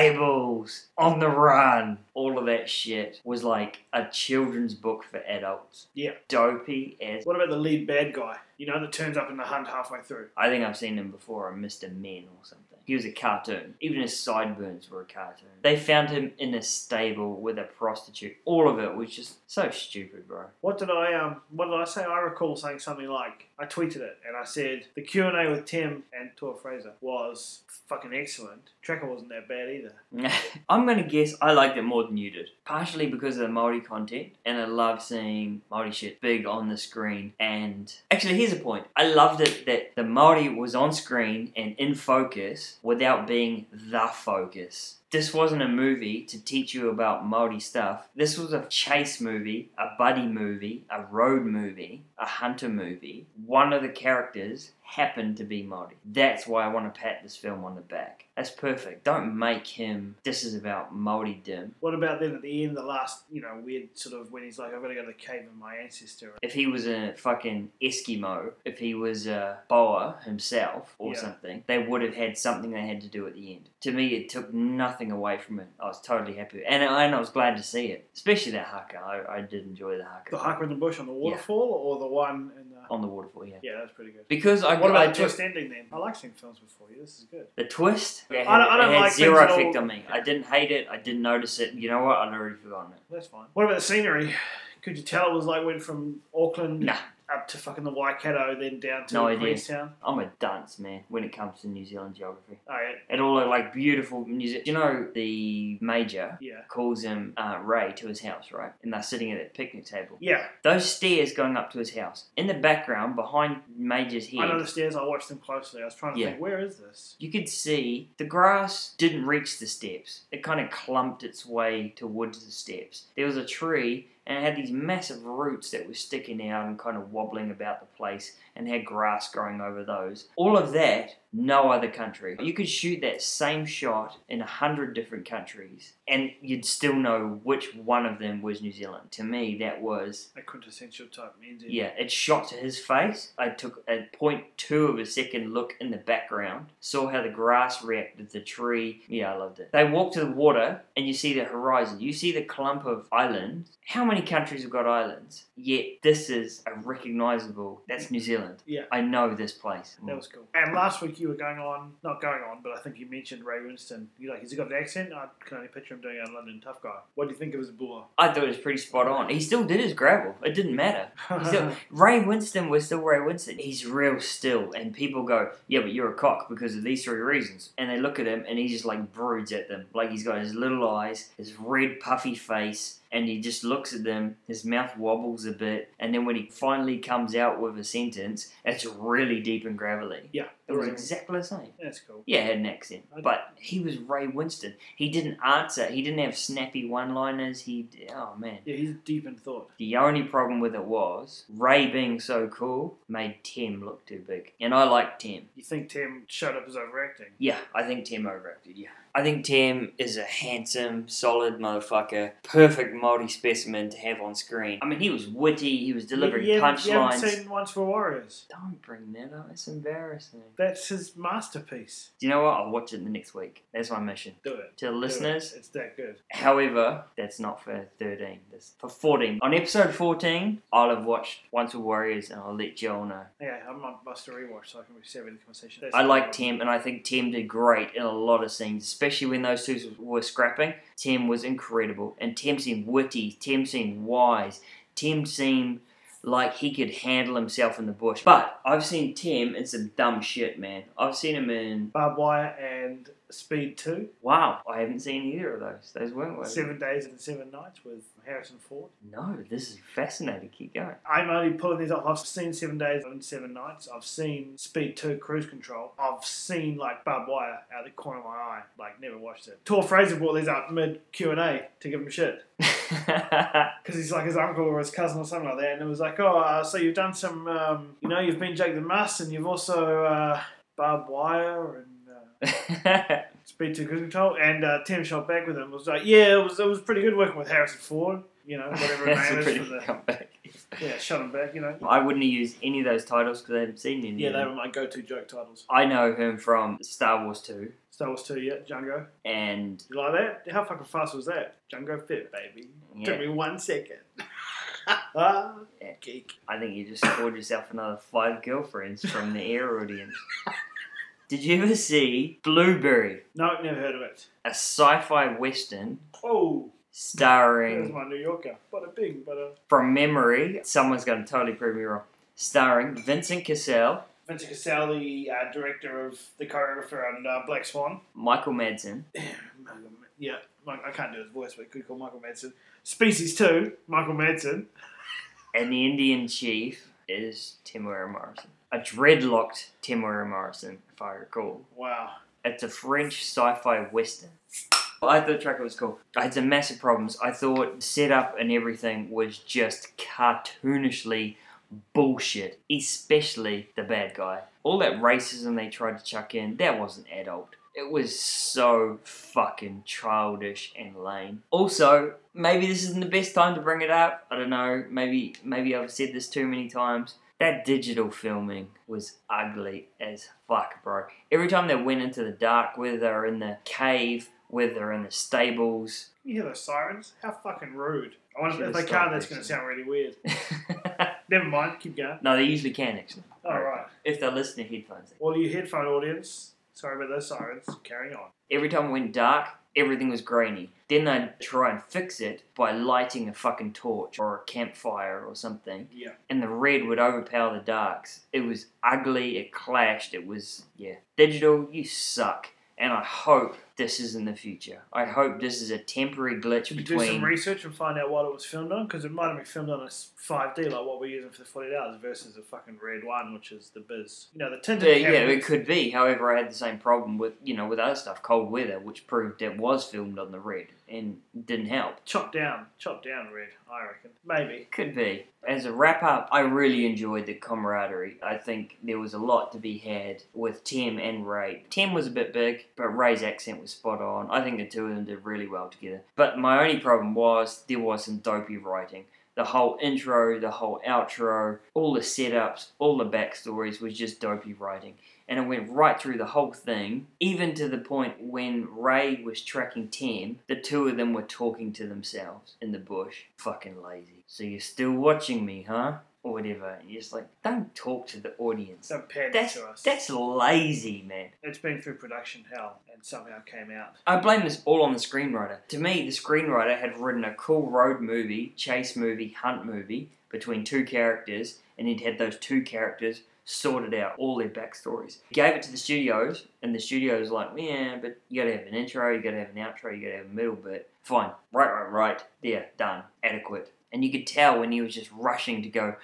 Speaker 2: stables, on the run, all of that shit was like a children's book for adults.
Speaker 1: Yeah.
Speaker 2: Dopey as.
Speaker 1: What about the lead bad guy? You know, that turns up in the hunt halfway through.
Speaker 2: I think I've seen him before on Mr. Men or something. He was a cartoon. Even his sideburns were a cartoon. They found him in a stable with a prostitute. All of it was just so stupid, bro.
Speaker 1: What did I um? What did I say? I recall saying something like I tweeted it and I said the Q and A with Tim and Tor Fraser was fucking excellent. Tracker wasn't that bad either.
Speaker 2: I'm gonna guess I liked it more than you did. Partially because of the Maori content, and I love seeing Maori shit big on the screen. And actually, here's a point: I loved it that the Maori was on screen and in focus without being the focus. This wasn't a movie to teach you about Maori stuff. This was a chase movie, a buddy movie, a road movie, a hunter movie. One of the characters happened to be Maori. That's why I want to pat this film on the back. That's perfect. Don't make him. This is about Maori dim.
Speaker 1: What about then at the end, the last you know weird sort of when he's like I've got to go to the cave of my ancestor.
Speaker 2: If he was a fucking Eskimo, if he was a Boa himself or
Speaker 1: Yeah.
Speaker 2: something, they would have had something they had to do at the end. To me, it took nothing away from it. I was totally happy, and, and I was glad to see it, especially that haka. I, I did enjoy the haka.
Speaker 1: The hiker in the bush on the waterfall, or the one in the
Speaker 2: on the waterfall, yeah.
Speaker 1: yeah, that's pretty good.
Speaker 2: Because Oh. I
Speaker 1: What
Speaker 2: I
Speaker 1: about the
Speaker 2: took-
Speaker 1: twist ending then? I like seeing films before you. This is good.
Speaker 2: The twist. It had,
Speaker 1: I don't- I don't
Speaker 2: it had
Speaker 1: like
Speaker 2: zero
Speaker 1: things at
Speaker 2: effect
Speaker 1: all.
Speaker 2: on me. I didn't hate it. I didn't notice it. You know what? I'd already forgotten it.
Speaker 1: That's fine. What about the scenery? Could you tell it was like went from Auckland
Speaker 2: Nah.
Speaker 1: up to fucking the Waikato, then down to
Speaker 2: No idea.
Speaker 1: Queenstown?
Speaker 2: I'm a dunce, man, when it comes to New Zealand geography.
Speaker 1: Oh yeah,
Speaker 2: It all looked like beautiful New Zealand. You know, the major
Speaker 1: yeah,
Speaker 2: calls him uh, Ray to his house, right? And they're sitting at that picnic table.
Speaker 1: yeah.
Speaker 2: Those stairs going up to his house. In the background, behind Major's
Speaker 1: I know
Speaker 2: head,
Speaker 1: the stairs. I watched them closely. I was trying to
Speaker 2: Yeah.
Speaker 1: think, where is this?
Speaker 2: you could see the grass didn't reach the steps. It kind of clumped its way towards the steps. There was a tree and it had these massive roots that were sticking out and kind of wobbling about the place and had grass growing over those. All of that, no other country. You could shoot that same shot in a hundred different countries and you'd still know which one of them was New Zealand. To me, that was
Speaker 1: A quintessential type NZ.
Speaker 2: yeah, it shot to his face. I took a point two of a second look in the background, saw how the grass reacted, the tree. Yeah, I loved it. They walk to the water and you see the horizon. You see the clump of islands. How many countries have got islands? Yet this is a recognizable. That's New Zealand.
Speaker 1: Yeah.
Speaker 2: I know this place.
Speaker 1: That was cool. And last week you were going on, not going on, but I think you mentioned Ray Winston. You're like, has he got an accent? I can only picture him doing a London tough guy. What do you think of his boar?
Speaker 2: I thought it was pretty spot on. He still did his gravel. It didn't matter. He still- Ray Winston was still Ray Winston. He's real still, and people go, "Yeah, but you're a cock because of these three reasons." And they look at him, and he just like broods at them, like he's got his little eyes, his red puffy face, and he just looks at them. His mouth wobbles a bit, and then when he finally comes out with a sentence, it's really deep and gravelly.
Speaker 1: yeah,
Speaker 2: It was exactly the same.
Speaker 1: that's cool.
Speaker 2: Yeah, had an accent, but he was Ray Winston. He didn't answer. He didn't have snappy one-liners. He, oh man.
Speaker 1: Yeah, he's deep in thought.
Speaker 2: The only problem with it was Ray being so cool made Tim look too big. And I like Tim.
Speaker 1: You think Tim showed up as overacting?
Speaker 2: Yeah, I think Tim overacted. Yeah. I think Tim is a handsome, solid motherfucker. Perfect Maori specimen to have on screen. I mean, he was witty. He was delivering
Speaker 1: you, you haven't- You
Speaker 2: punchlines.
Speaker 1: haven't seen Once for Warriors.
Speaker 2: Don't bring that up. It's embarrassing.
Speaker 1: That's his masterpiece.
Speaker 2: Do you know what? I'll watch it the next week. That's my mission
Speaker 1: Do it.
Speaker 2: to the
Speaker 1: Do it.
Speaker 2: listeners.
Speaker 1: It's that good.
Speaker 2: However, that's not for 13. That's for 14. On episode 14, I'll have watched Once with Warriors and I'll let you all know.
Speaker 1: Yeah, I'm on must rewatch so I can be savvy the conversation. That's
Speaker 2: I
Speaker 1: the-
Speaker 2: like Tim and I think Tim did great in a lot of scenes, especially when those two were scrapping. Tim was incredible and Tim seemed witty, Tim seemed wise, Tim seemed like he could handle himself in the bush. But I've seen Tim in some dumb shit, man. I've seen him in
Speaker 1: Barbed Wire and Speed 2,
Speaker 2: Wow, I haven't seen either of those. Those weren't worth
Speaker 1: Seven Days and Seven Nights with Harrison Ford.
Speaker 2: No, this is fascinating. Keep going.
Speaker 1: I'm only pulling these off. I've seen Seven Days and Seven Nights. I've seen Speed 2 Cruise Control. I've seen like Barbed Wire out of the corner of my eye. Like never watched it. Tor Fraser brought these up mid Q and A to give him shit because he's like his uncle or his cousin or something like that. And it was like, oh, uh, so you've done some, um, you know, you've been Jake the Mass and you've also uh, Barbed Wire and. Uh, Speed to Cruise Control, and uh, Tim shot back with him. Was like, yeah, it was it was pretty good working with Harrison Ford. You know, whatever his
Speaker 2: That's
Speaker 1: name
Speaker 2: a
Speaker 1: is.
Speaker 2: pretty
Speaker 1: for the,
Speaker 2: comeback.
Speaker 1: yeah, shot him back. You know.
Speaker 2: I wouldn't have used any of those titles because I haven't seen any.
Speaker 1: Yeah,
Speaker 2: of
Speaker 1: they
Speaker 2: them.
Speaker 1: were my go-to joke titles.
Speaker 2: I know him from Star Wars 2
Speaker 1: Star Wars Two, yeah, Django.
Speaker 2: and
Speaker 1: You like that? How fucking fast was that? Django Fit, baby. Took
Speaker 2: yeah,
Speaker 1: me one second. ah,
Speaker 2: Yeah.
Speaker 1: geek.
Speaker 2: I think you just scored yourself another five girlfriends from the air audience. Did you ever see Blueberry,
Speaker 1: No, never heard of it.
Speaker 2: a sci-fi western
Speaker 1: Oh, there's
Speaker 2: starring,
Speaker 1: my New Yorker. But a big, but a
Speaker 2: from memory, someone's going to totally prove me wrong, starring Vincent Cassell,
Speaker 1: Vincent Cassell, the uh, director of the choreographer on uh, Black Swan.
Speaker 2: Michael Madsen,
Speaker 1: Michael Ma- Yeah, Mike, I can't do his voice, but it could call Michael Madsen. Species 2, Michael Madsen.
Speaker 2: and the Indian chief is Temuera Morrison. A dreadlocked Temuera Morrison, if I recall.
Speaker 1: Wow.
Speaker 2: It's a French sci-fi western. I thought Tracker was cool. I had some massive problems. I thought setup and everything was just cartoonishly bullshit, especially the bad guy. All that racism they tried to chuck in, that wasn't adult. It was so fucking childish and lame. Also, maybe this isn't the best time to bring it up. I don't know. Maybe maybe I've said this too many times. That digital filming was ugly as fuck, bro. Every time they went into the dark, whether they were in the cave, whether they're in the stables,
Speaker 1: You hear those sirens? How fucking rude. I wonder if
Speaker 2: Should've
Speaker 1: they
Speaker 2: stopped
Speaker 1: can't, that's going to
Speaker 2: this.
Speaker 1: sound really weird. Never mind, keep going.
Speaker 2: no, they usually can actually.
Speaker 1: All right.
Speaker 2: If they're listening to headphones.
Speaker 1: Well, you headphone audience, sorry about those sirens. Carry on.
Speaker 2: Every time it went dark, everything was grainy. Then they'd try and fix it by lighting a fucking torch or a campfire or something,
Speaker 1: Yeah.
Speaker 2: and the red would overpower the darks. It was ugly, it clashed, it was, yeah. Digital, you suck. And I hope this is in the future. I hope this is a temporary glitch
Speaker 1: Did you do some
Speaker 2: between
Speaker 1: research and find out what it was filmed on? Because it might have been filmed on a s- 5D, like what we're using for the 48 hours, versus the fucking red one, which is the biz. You know, the tinted
Speaker 2: Yeah, yeah,
Speaker 1: cameras-
Speaker 2: it could be. However, I had the same problem with you know with other stuff, cold weather, which proved it was filmed on the red and didn't help.
Speaker 1: Chop down, chop down red, I reckon. Maybe.
Speaker 2: Could be. As a wrap up, I really enjoyed the camaraderie. I think there was a lot to be had with Tim and Ray. Tim was a bit big, but Ray's accent was spot on. I think the two of them did really well together. But my only problem was there was some dopey writing. The whole intro, the whole outro, all the setups, all the backstories was just dopey writing and it went right through the whole thing, even to the point when Ray was tracking Tim, the two of them were talking to themselves in the bush. Fucking lazy. So you're still watching me, huh? Or whatever. And you're just like, don't talk to the audience.
Speaker 1: Some padding
Speaker 2: That's,
Speaker 1: to us.
Speaker 2: that's lazy, man.
Speaker 1: It's been through production hell and somehow came out.
Speaker 2: I blame this all on the screenwriter. To me, the screenwriter had written a cool road movie, chase movie, hunt movie between two characters, and he'd had those two characters sorted out all their backstories. He gave it to the studios, and the studios like, yeah, but you gotta have an intro, you gotta have an outro, you gotta have a middle bit. Fine, right, right, right, there, done, adequate. And you could tell when he was just rushing to go,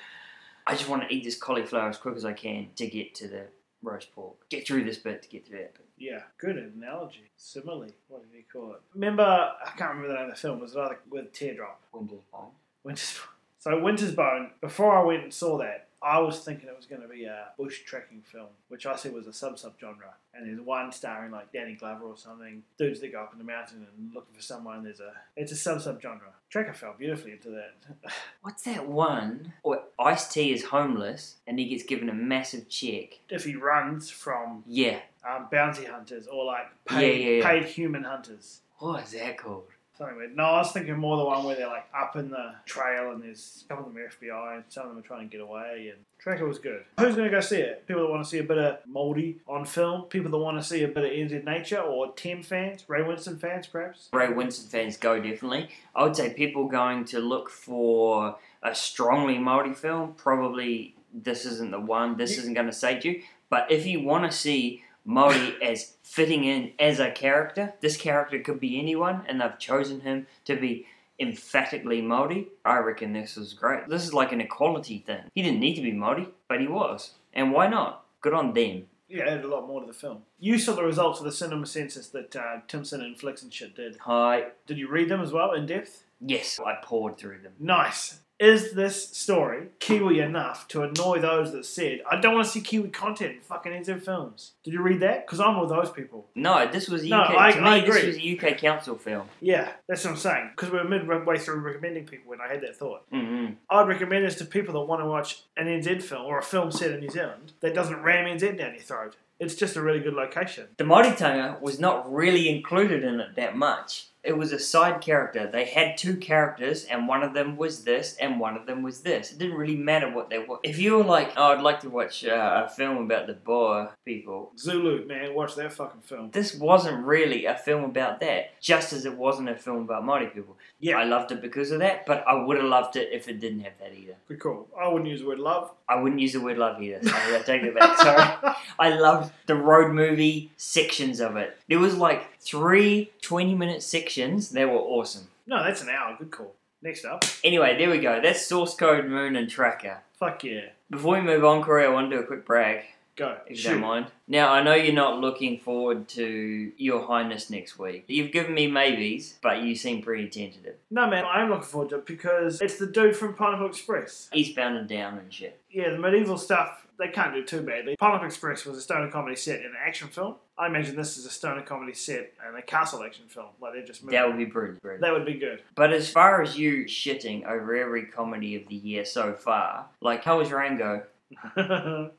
Speaker 2: I just want to eat this cauliflower as quick as I can to get to the roast pork, get through this bit to get to that bit.
Speaker 1: Yeah, good analogy. Simile, what did he call it? Remember, I can't remember the name of the film. Was it either with Teardrop?
Speaker 2: Windows phone.
Speaker 1: Winter's So Winter's Bone. Before I went and saw that, I was thinking it was going to be a bush trekking film, which I said was a sub sub genre. And there's one starring like Danny Glover or something, dudes that go up in the mountain and looking for someone. There's a it's a sub sub genre. Trekker fell beautifully into that.
Speaker 2: What's that one? Or Ice T is homeless and he gets given a massive check.
Speaker 1: if he runs from
Speaker 2: Yeah.
Speaker 1: um, bounty hunters or like paid,
Speaker 2: Yeah, yeah, yeah.
Speaker 1: paid human hunters.
Speaker 2: What is that called?
Speaker 1: Something weird. No, I was thinking more the one where they're like up in the trail and there's a couple of them are FBI and some of them are trying to get away. And Tracker was good. Who's going to go see it? People that want to see a bit of Moldy on film, people that want to see a bit of NZ Nature or Tim fans, Ray Winston fans perhaps.
Speaker 2: Ray Winston fans go definitely. I would say people going to look for a strongly Maori film probably this isn't the one. This isn't going to save you. But if you want to see Maori as fitting in as a character, this character could be anyone, and they've chosen him to be emphatically Maori. I reckon this was great. This is like an equality thing. He didn't need to be Maori, but he was, and why not? Good on them.
Speaker 1: Yeah, added a lot more to the film. You saw the results of the cinema census that uh, Timson and Flicks and shit did.
Speaker 2: Hi.
Speaker 1: Did you read them as well in depth?
Speaker 2: Yes, I poured through them.
Speaker 1: Nice. Is this story Kiwi enough to annoy those that said, I don't want to see Kiwi content in fucking NZ films? Did you read that? Because I'm with those people.
Speaker 2: No, this was a UK.
Speaker 1: No, I-
Speaker 2: to me,
Speaker 1: I
Speaker 2: this
Speaker 1: agree.
Speaker 2: was a UK council film.
Speaker 1: Yeah, that's what I'm saying. Because we were midway through recommending people when I had that thought.
Speaker 2: Mm-hmm.
Speaker 1: I'd recommend this to people that want to watch an NZ film or a film set in New Zealand that doesn't ram NZ down your throat. It's just a really good location.
Speaker 2: The Maoritanga was not really included in it that much. It was a side character. They had two characters, and one of them was this, and one of them was this. It didn't really matter what they were. If you were like, oh, I'd like to watch uh, a film about the Boer people,
Speaker 1: Zulu, man, watch that fucking film.
Speaker 2: this wasn't really a film about that, just as it wasn't a film about Maori people.
Speaker 1: Yeah.
Speaker 2: I loved it because of that, but I would have loved it if it didn't have that either.
Speaker 1: Good call. I wouldn't use the word love.
Speaker 2: I wouldn't use the word love either. So I take it back. Sorry. I loved the road movie sections of it. There was like three 20 minute sections. They were awesome.
Speaker 1: no, that's an hour. Good call. Next up.
Speaker 2: Anyway, there we go. That's Source Code, Moon, and Tracker.
Speaker 1: Fuck yeah.
Speaker 2: Before we move on, Corey, I want to do a quick brag,
Speaker 1: Go.
Speaker 2: if you
Speaker 1: Shoot.
Speaker 2: don't mind. Now, I know you're not looking forward to Your Highness next week. You've given me maybes, but you seem pretty tentative.
Speaker 1: No, man, I'm looking forward to it because it's the dude from Pineapple Express.
Speaker 2: Eastbound and down and shit.
Speaker 1: Yeah, the medieval stuff, they can't do too badly. Pineapple Express was a stoner comedy set in an action film. I imagine this is a stoner comedy set in a castle action film. Like, they're just moving.
Speaker 2: That would be brilliant. brilliant.
Speaker 1: That would be good.
Speaker 2: But as far as you shitting over every comedy of the year so far, like how was Rango?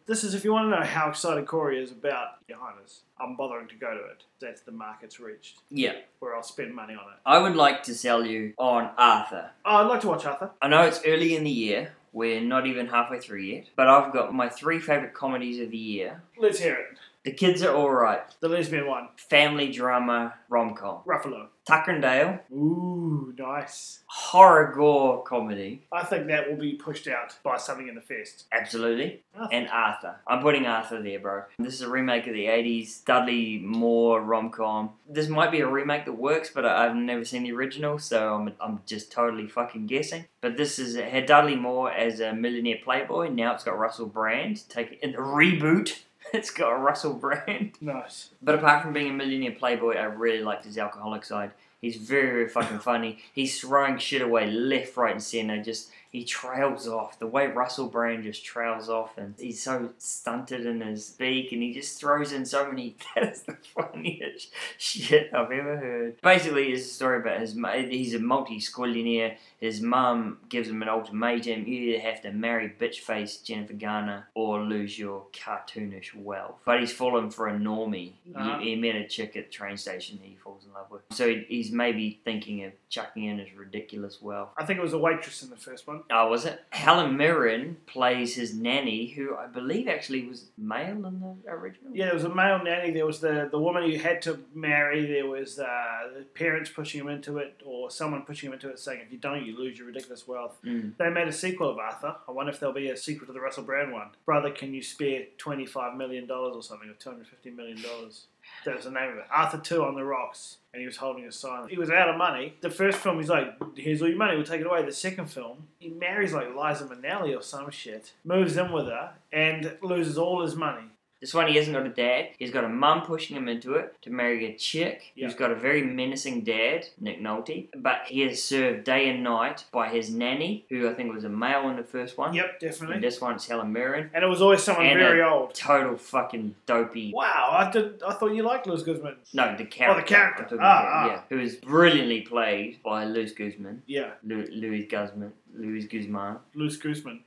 Speaker 1: this is if you want to know how excited Corey is about Your Highness, I'm bothering to go to it. That's the market's reached,
Speaker 2: Yeah.
Speaker 1: where I'll spend money on it.
Speaker 2: I would like to sell you on Arthur.
Speaker 1: Oh, I'd like to watch Arthur.
Speaker 2: I know it's early in the year, we're not even halfway through yet, but I've got my three favourite comedies of the year.
Speaker 1: Let's hear it.
Speaker 2: The Kids Are Alright,
Speaker 1: The lesbian one,
Speaker 2: Family Drama Rom Com,
Speaker 1: Ruffalo.
Speaker 2: Tucker and Dale,
Speaker 1: Ooh, nice.
Speaker 2: Horror Gore Comedy,
Speaker 1: I think that will be pushed out by something in the fest.
Speaker 2: absolutely,
Speaker 1: Arthur.
Speaker 2: and Arthur. I'm putting Arthur there, bro. This is a remake of the 80s Dudley Moore rom com. This might be a remake that works, but I- I've never seen the original, so I'm, I'm just totally fucking guessing. But this is it had Dudley Moore as a millionaire playboy. Now it's got Russell Brand taking in the reboot. It's got Russell Brand.
Speaker 1: Nice.
Speaker 2: But apart from being a millionaire playboy, I really liked his alcoholic side. He's very, very fucking funny. He's throwing shit away left, right, and center. Just he trails off. The way Russell Brand just trails off, and he's so stunted in his speak, and he just throws in so many. That is the funniest shit I've ever heard. Basically, it's a story about his. mu- He's a multi-squillionaire. His mum gives him an ultimatum: you either have to marry bitch face Jennifer Garner or lose your cartoonish wealth. But he's fallen for a normie. He-
Speaker 1: Uh-huh.
Speaker 2: He, met a chick at the train station that he falls in love with. So he- he's maybe thinking of chucking in his ridiculous wealth.
Speaker 1: I think it was a waitress in the first one.
Speaker 2: Oh, was it? Helen Mirren plays his nanny, who I believe actually was male in the original.
Speaker 1: Yeah, there was a male nanny. There was the, the woman he had to marry. There was uh, the parents pushing him into it, or someone pushing him into it, saying, "If you don't, you lose your ridiculous wealth."
Speaker 2: Mm.
Speaker 1: They made a sequel of Arthur. I wonder if there'll be a sequel to the Russell Brand one. Brother, can you spare twenty five million dollars or something, or two hundred fifty million dollars? That was the name of it. Arthur Two on the rocks, and he was holding a sign. He was out of money. The first film, he's like, "Here's all your money. We'll take it away." The second film, he marries like Liza Minnelli or some shit, moves in with her, and loses all his money.
Speaker 2: This one, he hasn't got a dad. He's got a mum pushing him into it to marry a chick who's
Speaker 1: Yeah.
Speaker 2: got a very menacing dad, Nick Nolte. But he is served day and night by his nanny, who I think was a male in the first one.
Speaker 1: Yep,
Speaker 2: And
Speaker 1: definitely.
Speaker 2: this one's Helen Mirren.
Speaker 1: And it was always someone
Speaker 2: And uh,
Speaker 1: very
Speaker 2: a-
Speaker 1: old.
Speaker 2: Total fucking dopey.
Speaker 1: Wow, I did. I thought you liked Liz Guzman.
Speaker 2: No, the character.
Speaker 1: Oh, character.
Speaker 2: I'm talking
Speaker 1: Ah,
Speaker 2: about,
Speaker 1: ah.
Speaker 2: yeah. Who is brilliantly played by Luis Guzman.
Speaker 1: Yeah,
Speaker 2: Lu- Luis Guzman. Luis Guzman.
Speaker 1: Liz Guzman.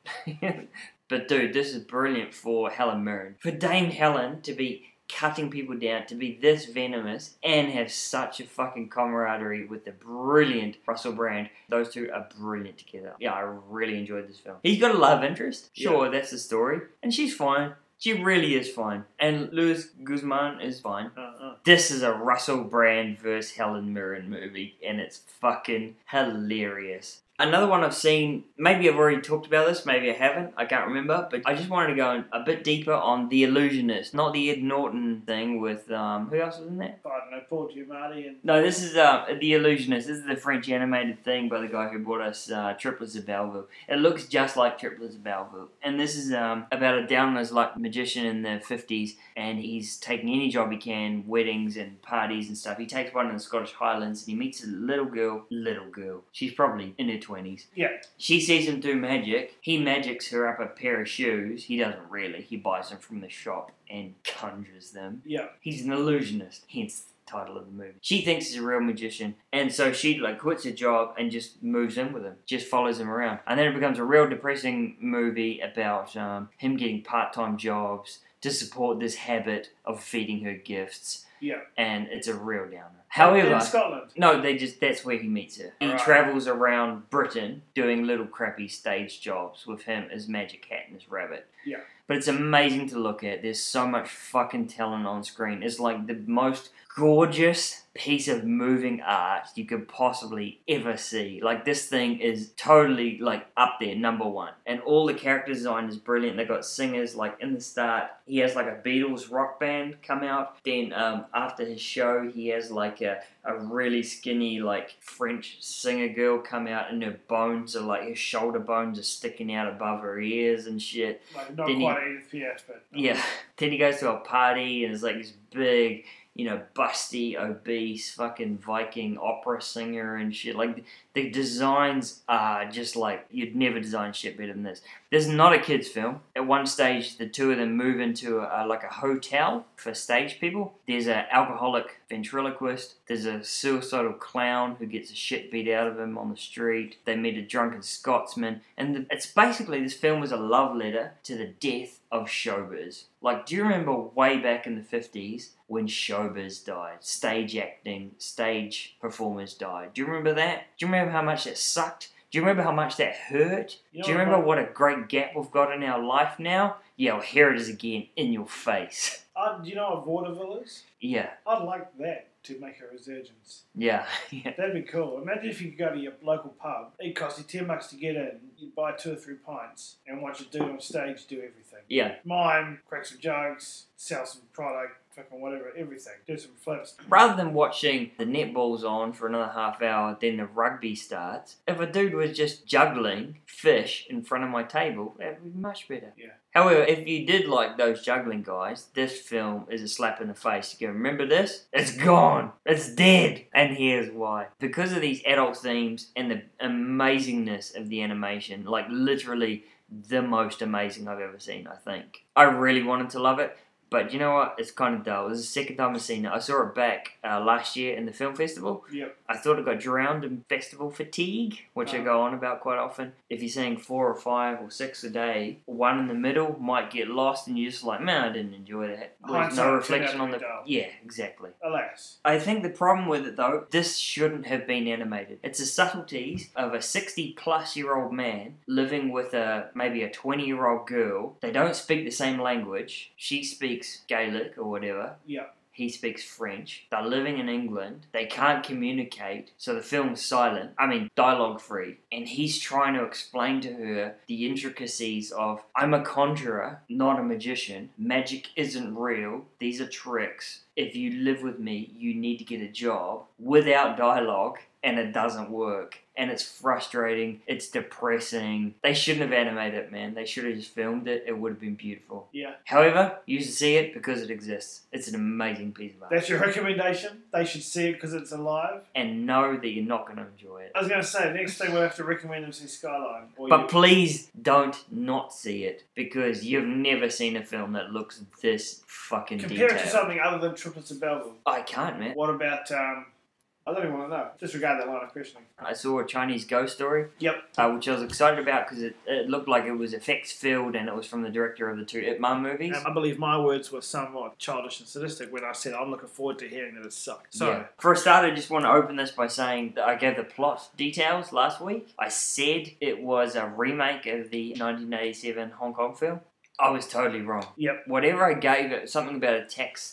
Speaker 2: but dude, this is brilliant for Helen Mirren. For Dame Helen to be cutting people down, to be this venomous, and have such a fucking camaraderie with the brilliant Russell Brand. Those two are brilliant together. Yeah, I really enjoyed this film. He's got a love interest. Sure, that's the story. And she's fine. She really is fine. And Luis Guzman is fine.
Speaker 1: Uh, uh.
Speaker 2: This is a Russell Brand versus Helen Mirren movie, and it's fucking hilarious. Another one I've seen, maybe I've already talked about this, maybe I haven't, I can't remember, but I just wanted to go in a bit deeper on The Illusionist, not the Ed Norton thing with, um, who else was in that?
Speaker 1: I don't know, Paul Giamatti and
Speaker 2: No, this is uh, The Illusionist. This is the French animated thing by the guy who brought us uh, Triplets of Bellevue. It looks just like Triplets of Bellevue. And this is um, about a down on his luck magician in the 50s, and he's taking any job he can weddings and parties and stuff. He takes one in the Scottish Highlands and he meets a little girl. Little girl. She's probably in her 20s.
Speaker 1: Yeah.
Speaker 2: She sees him do magic. He magics her up a pair of shoes. He doesn't really, he buys them from the shop and conjures them.
Speaker 1: yeah,
Speaker 2: He's an illusionist, hence the title of the movie. She thinks he's a real magician, and so she like quits her job and just moves in with him, just follows him around, and then it becomes a real depressing movie about um, him getting part-time jobs to support this habit of feeding her gifts,
Speaker 1: yeah.
Speaker 2: and it's a real downer.
Speaker 1: in
Speaker 2: However.
Speaker 1: Scotland.
Speaker 2: No, they just that's where he meets her. He
Speaker 1: Right.
Speaker 2: travels around Britain doing little crappy stage jobs with him as Magic Hat and his rabbit.
Speaker 1: Yeah.
Speaker 2: But it's amazing to look at. There's so much fucking talent on screen. It's like the most gorgeous piece of moving art you could possibly ever see. Like this thing is totally like up there, number one. And all the character design is brilliant. They got singers like in the start. He has like a Beatles rock band come out. Then um, after his show, he has like a a really skinny like French singer girl come out and her bones are like her shoulder bones are sticking out above her ears and shit.
Speaker 1: Like, not
Speaker 2: Didn't
Speaker 1: quite Edith Piaf, but uh,
Speaker 2: Yeah. Then he goes to a party and it's like this big, you know, busty, obese fucking Viking opera singer and shit. Like the designs are just like you'd never design shit better than this. This is not a kids' film. At one stage, the two of them move into a, like a hotel for stage people. There's an alcoholic ventriloquist. There's a suicidal clown who gets a shit beat out of him on the street. They meet a drunken Scotsman, and the, it's basically this film was a love letter to the death of showbiz. Like, do you remember way back in the fifties when showbiz died, stage acting, stage performers died? Do you remember that? Do you remember how much that sucked? Do you remember how much that hurt?
Speaker 1: You
Speaker 2: Do you
Speaker 1: know
Speaker 2: remember
Speaker 1: what?
Speaker 2: what a great gap we've got in our life now? Yeah, well, here it is again in your face.
Speaker 1: Uh, do you know what vaudeville is?
Speaker 2: Yeah,
Speaker 1: I'd like that to make a resurgence.
Speaker 2: yeah, yeah.
Speaker 1: That'd be cool. Imagine if you could go to your local pub. It cost you ten bucks to get in. You buy two or three pints and watch a dude on stage do everything.
Speaker 2: Yeah,
Speaker 1: Mime, crack some jokes, sell some product, fucking whatever, everything. Do some flips.
Speaker 2: rather than watching the netballs on for another half hour, then the rugby starts, if a dude was just juggling fish in front of my table, that would be much better.
Speaker 1: Yeah.
Speaker 2: However, if you did like those juggling guys, this film is a slap in the face. You go, remember this? It's gone. It's dead. And here's why. Because of these adult themes and the amazingness of the animation, like literally the most amazing I've ever seen, I think. I really wanted to love it. But you know what? It's kind of dull. This is the second time I've seen it. I saw it back uh, last year in the film festival.
Speaker 1: Yep.
Speaker 2: I thought it got drowned in festival fatigue, which I
Speaker 1: Oh.
Speaker 2: go on about quite often. If you're seeing four or five or six a day, one in the middle might get lost, and you're just like, man, I didn't enjoy that. There's
Speaker 1: Hindsight
Speaker 2: no
Speaker 1: turned
Speaker 2: reflection
Speaker 1: out
Speaker 2: on
Speaker 1: to
Speaker 2: the.
Speaker 1: be dull.
Speaker 2: Yeah, exactly.
Speaker 1: Alas.
Speaker 2: I think the problem with it though, this shouldn't have been animated. It's the subtleties of a 60 plus year old man living with a maybe a 20 year old girl. They don't speak the same language. She speaks Gaelic or whatever.
Speaker 1: Yeah.
Speaker 2: He speaks French. They're living in England. They can't communicate, so the film's silent. I mean, dialogue free. And he's trying to explain to her the intricacies of I'm a conjurer, not a magician. Magic isn't real. These are tricks. If you live with me, you need to get a job without dialogue, and it doesn't work. and it's frustrating. It's depressing. They shouldn't have animated it, man. They should have just filmed it. It would have been beautiful.
Speaker 1: Yeah.
Speaker 2: However, you should see it because it exists. It's an amazing piece of art.
Speaker 1: That's your recommendation. They should see it because it's alive.
Speaker 2: and know that you're not going to enjoy it.
Speaker 1: I was going to say, next thing we'll have to recommend them see Skyline. Or
Speaker 2: But please don't not see it because you've never seen a film that looks this fucking
Speaker 1: you compare it to
Speaker 2: detailed.
Speaker 1: something other than Triplets of Belleville.
Speaker 2: I can't, man.
Speaker 1: What about, um, I don't even want to know. Disregard that line of questioning.
Speaker 2: I saw a Chinese ghost story.
Speaker 1: Yep.
Speaker 2: Uh, which I was excited about because it, it looked like it was effects filled and it was from the director of the two Ip Man movies.
Speaker 1: And I believe my words were somewhat childish and sadistic when I said I'm looking forward to hearing that it sucked. So
Speaker 2: Yeah. For a start, I just want to open this by saying that I gave the plot details last week. I said it was a remake of the 1987 Hong Kong film. I was totally wrong.
Speaker 1: Yep.
Speaker 2: Whatever I gave it, something about a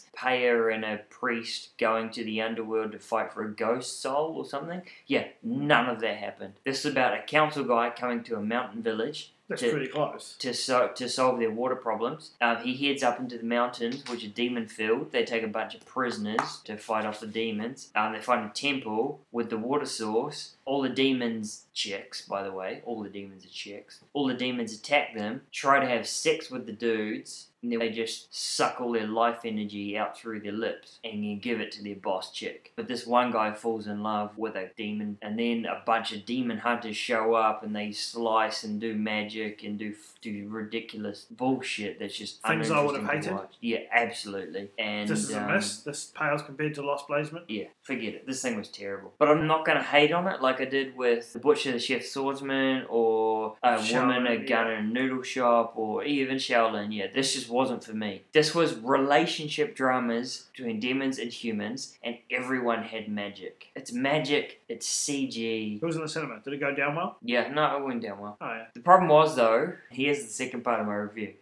Speaker 2: taxpayer and a priest going to the underworld to fight for a ghost soul or something. Yeah, none of that happened. This is about a council guy coming to a mountain village
Speaker 1: that's
Speaker 2: Yeah.
Speaker 1: pretty close.
Speaker 2: to so- to solve their water problems. Um, he heads up into the mountains, which are demon filled. They take a bunch of prisoners to fight off the demons. Um, they find a temple with the water source. All the demons chicks, by the way, all the demons are chicks. All the demons attack them, try to have sex with the dudes. And then they just suck all their life energy out through their lips and then give it to their boss chick. But this one guy falls in love with a demon, and then a bunch of demon hunters show up and they slice and do magic and do do ridiculous bullshit that's just
Speaker 1: Things I would have
Speaker 2: uninteresting to
Speaker 1: hated.
Speaker 2: watch. Yeah, absolutely. And
Speaker 1: this is
Speaker 2: um,
Speaker 1: a miss. This pales compared to Lost Blazement.
Speaker 2: yeah, forget it. This thing was terrible. But I'm not going to hate on it like I did with The Butcher, the Chef Swordsman, or A Woman, a
Speaker 1: Shaolin,
Speaker 2: Gun in a Noodle Shop, or even Shaolin. Yeah, this just wasn't for me. This was relationship dramas between demons and humans, and everyone had magic. It's magic, it's CG.
Speaker 1: Who was in the cinema? Did it go down well?
Speaker 2: Yeah, no, it went down well.
Speaker 1: Oh yeah.
Speaker 2: The problem was, though, here's the second part of my review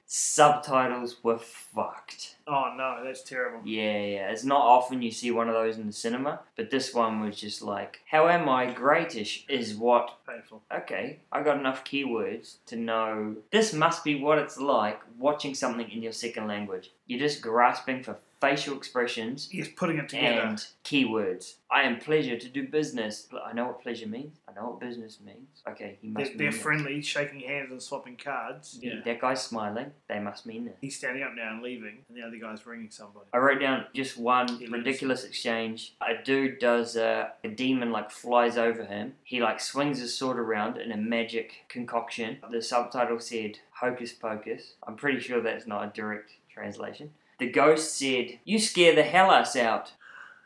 Speaker 2: subtitles were fucked.
Speaker 1: Oh no, that's terrible.
Speaker 2: Yeah, yeah. It's not often you see one of those in the cinema, but this one was just like, how am I greatish is what.
Speaker 1: Painful.
Speaker 2: Okay, I got enough keywords to know this must be what it's like watching something in your second language. You're just grasping for facial expressions
Speaker 1: He's putting it together.
Speaker 2: and keywords. I am pleasure to do business. I know what pleasure means. I know what business means. Okay, he
Speaker 1: they're
Speaker 2: must
Speaker 1: they're
Speaker 2: mean it.
Speaker 1: friendly, shaking hands and swapping cards.
Speaker 2: That guy's smiling. They must mean it.
Speaker 1: He's standing up now and leaving, and the other guy's ringing somebody.
Speaker 2: I wrote down just one
Speaker 1: He
Speaker 2: ridiculous exchange. A dude does uh, a demon like flies over him. He like swings his sword around in a magic concoction. The subtitle said hocus pocus. I'm pretty sure that's not a direct translation. The ghost said, "You scare the hell us out,"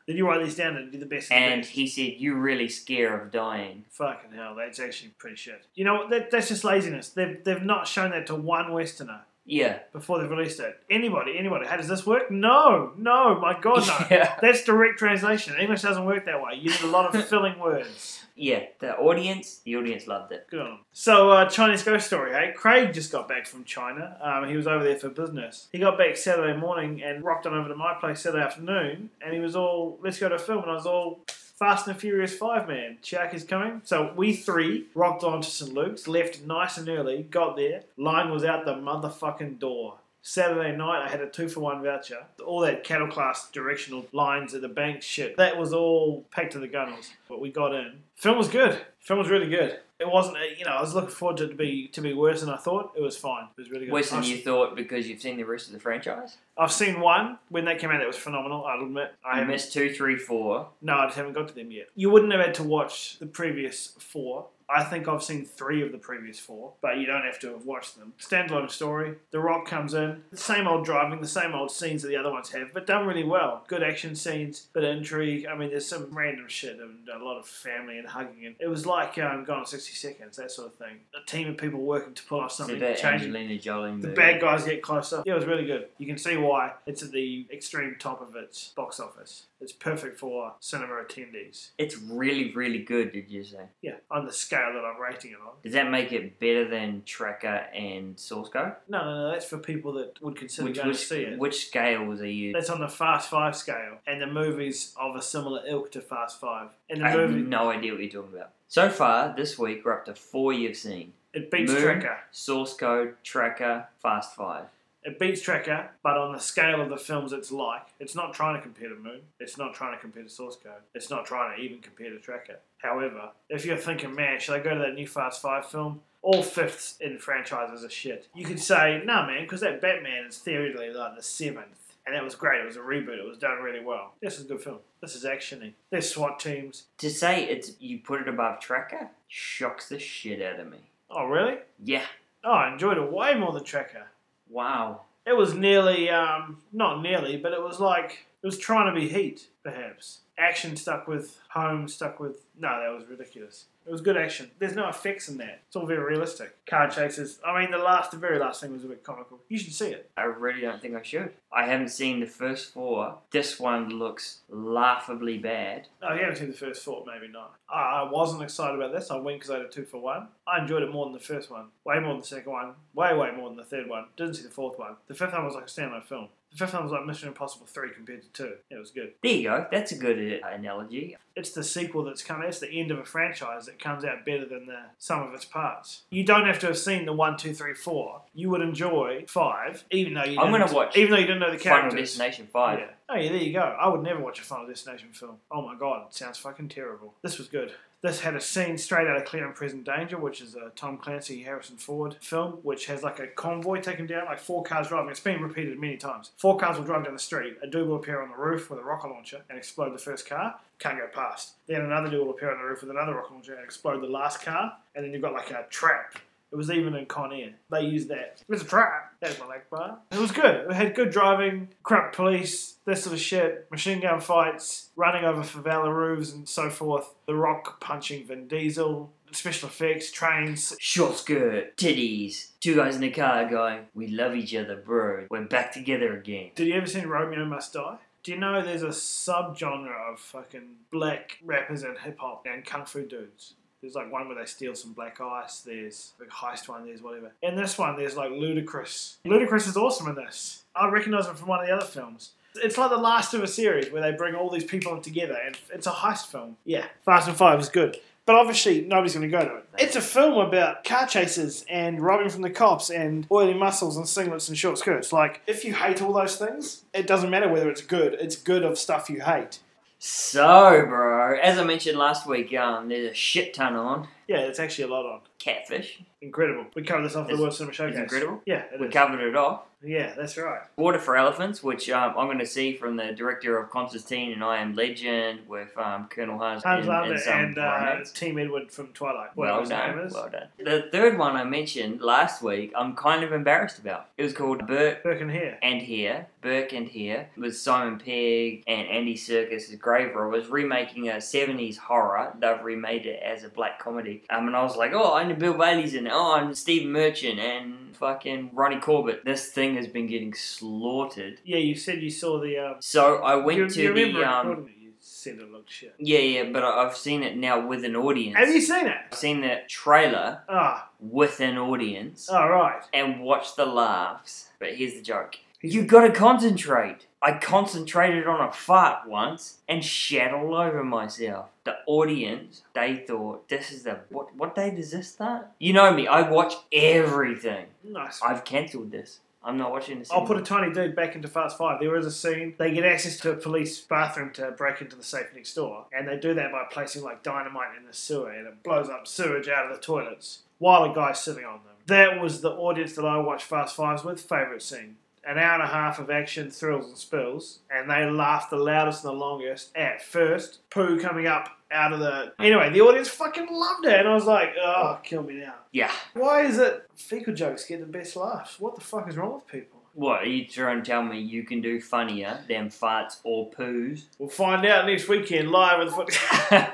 Speaker 1: Did you write these down and do the best? of the
Speaker 2: and
Speaker 1: best?
Speaker 2: he said, "You really scare of dying."
Speaker 1: Fucking hell, that's actually pretty shit. You know what? That, that's just laziness. They've, they've not shown that to one Westerner
Speaker 2: Yeah,
Speaker 1: before they've released it. Anybody, anybody. How does this work? No, no, my God, Oh, no.
Speaker 2: yeah,
Speaker 1: That's direct translation. English doesn't work that way. You need a lot of filling words.
Speaker 2: yeah. The audience, the audience loved it.
Speaker 1: Good on 'em. So, uh, Chinese ghost story, hey? Craig just got back from China. Um, he was over there for business. He got back Saturday morning and rocked on over to my place Saturday afternoon, and he was all, let's go to a film, and I was all, Fast and Furious 5, man. Chuck is coming. So we three rocked on to St. Luke's, left nice and early, got there. Line was out the motherfucking door. Saturday night, I had a two for one voucher. All that cattle class directional lines at the bank shit, that was all packed to the gunnels. But we got in. Film was good. Film was really good. It wasn't, uh, you know, I was looking forward to it to be to be worse than I thought. It was fine. It was really good.
Speaker 2: Worse than
Speaker 1: I've-
Speaker 2: you thought because you've seen the rest of the franchise.
Speaker 1: I've seen one when that came out. That was phenomenal. I'll admit. I
Speaker 2: I
Speaker 1: haven't
Speaker 2: missed two, three, four.
Speaker 1: No, I just haven't got to them yet. You wouldn't have had to watch the previous four. I think I've seen three of the previous four, but you don't have to have watched them. Standalone story. The Rock comes in. The same old driving, the same old scenes that the other ones have, but done really well. Good action scenes, bit of intrigue. I mean, there's some random shit and a lot of family and hugging. And it was like um, Gone in 60 Seconds, that sort of thing. A team of people working to pull off something,
Speaker 2: It's about
Speaker 1: changing
Speaker 2: Angelina Jolie.
Speaker 1: the
Speaker 2: movie.
Speaker 1: bad guys get closer. Yeah, it was really good. You can see why it's at the extreme top of its box office. It's perfect for cinema attendees.
Speaker 2: It's really, really good, did you say?
Speaker 1: Yeah, on the scale that I'm rating it on.
Speaker 2: Does that make it better than Tracker and Source Code?
Speaker 1: No, no, no, that's for people that would consider
Speaker 2: Which,
Speaker 1: going
Speaker 2: which,
Speaker 1: to see it.
Speaker 2: which scales are you?
Speaker 1: that's on the Fast Five scale, and the movies of a similar ilk to Fast Five. And the
Speaker 2: I have
Speaker 1: movie
Speaker 2: no idea what you're talking about. So far, this week, we're up to four you've seen
Speaker 1: it beats
Speaker 2: Moon.
Speaker 1: Tracker.
Speaker 2: Source Code, Tracker, Fast Five.
Speaker 1: It beats Tracker, but on the scale of the films it's like, it's not trying to compare to Moon. It's not trying to compare to Source Code. It's not trying to even compare to Tracker. However, if you're thinking, man, should I go to that new Fast Five film? All fifths in franchises are shit. You could say, nah, man, because that Batman is theoretically like the seventh. And that was great. It was a reboot. It was done really well. This is a good film. This is actiony. There's SWAT teams.
Speaker 2: To say it's you put it above Tracker shocks the shit out of me.
Speaker 1: Oh, really?
Speaker 2: Yeah.
Speaker 1: Oh, I enjoyed it way more than Tracker.
Speaker 2: Wow.
Speaker 1: It was nearly, um, not nearly, but it was like, it was trying to be heat, perhaps. Action stuck with home, stuck with. No, that was ridiculous. It was good action. There's no effects in that. It's all very realistic. Car chases. I mean, the last, the very last thing was a bit comical. You should see it.
Speaker 2: I really don't think I should. I haven't seen the first four. This one looks laughably bad.
Speaker 1: Oh, you haven't seen the first thought, maybe not. I I wasn't excited about this. I went because I had a two for one. I enjoyed it more than the first one. Way more than the second one. Way, way more than the third one. Didn't see the fourth one. The fifth one was like a standalone film. The fifth one was like Mission Impossible 3 compared to 2. It was good.
Speaker 2: There you go. That's a good uh, analogy.
Speaker 1: it's the sequel that's come. It's the end of a franchise that comes out better than the sum of its parts. You don't have to have seen the one, two, three, four. You would enjoy five, even though you.
Speaker 2: I'm
Speaker 1: didn't-
Speaker 2: gonna watch
Speaker 1: even though you didn't know the
Speaker 2: Final
Speaker 1: characters.
Speaker 2: Destination Five.
Speaker 1: Yeah. Oh yeah, there you go. I would never watch a Final Destination film. Oh my god, sounds fucking terrible. This was good. This had a scene straight out of Clear and Present Danger, which is a Tom Clancy Harrison Ford film, which has like a convoy taken down, like four cars driving. It's been repeated many times. Four cars will drive down the street. A dude will appear on the roof with a rocket launcher and explode the first car. Can't go past. Then another dude will appear on the roof with another rocket launcher and explode the last car. And then you've got like a trap it was even in Con Air. They used that. It was a trap. That's my leg bar. It was good. It had good driving, crap police, that sort of shit, machine gun fights, running over favela roofs and so forth, The Rock punching Vin Diesel, special effects, trains.
Speaker 2: Short skirt, titties, two guys in a car going, "We love each other, bro. We're back together again."
Speaker 1: Did you ever see Romeo Must Die? Do you know there's a subgenre of fucking black rappers and hip hop and kung fu dudes? There's like one where they steal some black ice. There's the heist one. There's whatever. In this one, there's like Ludacris. Ludacris is awesome in this. I recognise him from one of the other films. It's like the last of a series where they bring all these people together, and it's a heist film. Yeah, Fast and Five is good, but obviously nobody's going to go to it. It's a film about car chases and robbing from the cops and oily muscles and singlets and short skirts. Like, if you hate all those things, it doesn't matter whether it's good. It's good of stuff you hate.
Speaker 2: So, bro, as I mentioned last week, um, there's a shit ton on
Speaker 1: Yeah, it's actually a lot on.
Speaker 2: catfish.
Speaker 1: Incredible. We covered this off at the
Speaker 2: It's-
Speaker 1: World Cinema Showcase.
Speaker 2: incredible.
Speaker 1: Yeah, it
Speaker 2: We
Speaker 1: is.
Speaker 2: covered it off.
Speaker 1: yeah, that's right.
Speaker 2: Water for Elephants, which um, I'm going to see from the director of Constantine and I Am Legend with um, Colonel Hans
Speaker 1: Hans
Speaker 2: and, and
Speaker 1: Landa
Speaker 2: some
Speaker 1: and uh,
Speaker 2: primates.
Speaker 1: Team Edward from Twilight. whatever
Speaker 2: Well
Speaker 1: his name
Speaker 2: done,
Speaker 1: is.
Speaker 2: well done. The third one I mentioned last week, I'm kind of embarrassed about. It was called Burke
Speaker 1: Burke and Hare.
Speaker 2: and Here, Burke and Here, with Simon Pegg and Andy Serkis's Grave Robbers remaking a 70s horror. They've remade it as a black comedy. Um, and I was like, oh, I know Bill Bailey's in it. Oh, and Stephen Merchant and fucking Ronnie Corbett. This thing has been getting slaughtered.
Speaker 1: Yeah, you said you saw the. Um,
Speaker 2: So I went
Speaker 1: you,
Speaker 2: to
Speaker 1: you remember
Speaker 2: the
Speaker 1: it,
Speaker 2: um,
Speaker 1: couldn't you? You said it looked shit.
Speaker 2: yeah, yeah, but I- I've seen it now with an audience.
Speaker 1: Have you seen it?
Speaker 2: I've seen the trailer
Speaker 1: Ah,
Speaker 2: with an audience
Speaker 1: all right.
Speaker 2: and watched the laughs. But here's the joke:
Speaker 1: He's-
Speaker 2: you got to concentrate. I concentrated on a fart once and shat all over myself. The audience, they thought this is the what? What day does this start? You know me. I watch everything.
Speaker 1: Nice.
Speaker 2: I've cancelled this. I'm not watching this.
Speaker 1: I'll put a tiny
Speaker 2: anymore.
Speaker 1: dude back into Fast Five. There is a scene. They get access to a police bathroom to break into the safe next door, and they do that by placing like dynamite in the sewer, and it blows up sewage out of the toilets while a guy's sitting on them. That was the audience that I watched Fast Fives with. Favorite scene. An hour and a half of action, thrills, and spills, and they laughed the loudest and the longest at first. Poo coming up out of the. Anyway, the audience fucking loved it, and I was like, oh, kill me now.
Speaker 2: yeah.
Speaker 1: Why is it fecal jokes get the best laughs? What the fuck is wrong with people?
Speaker 2: What are you trying to tell me? You can do funnier than farts or poos?
Speaker 1: We'll find out next weekend live with foot.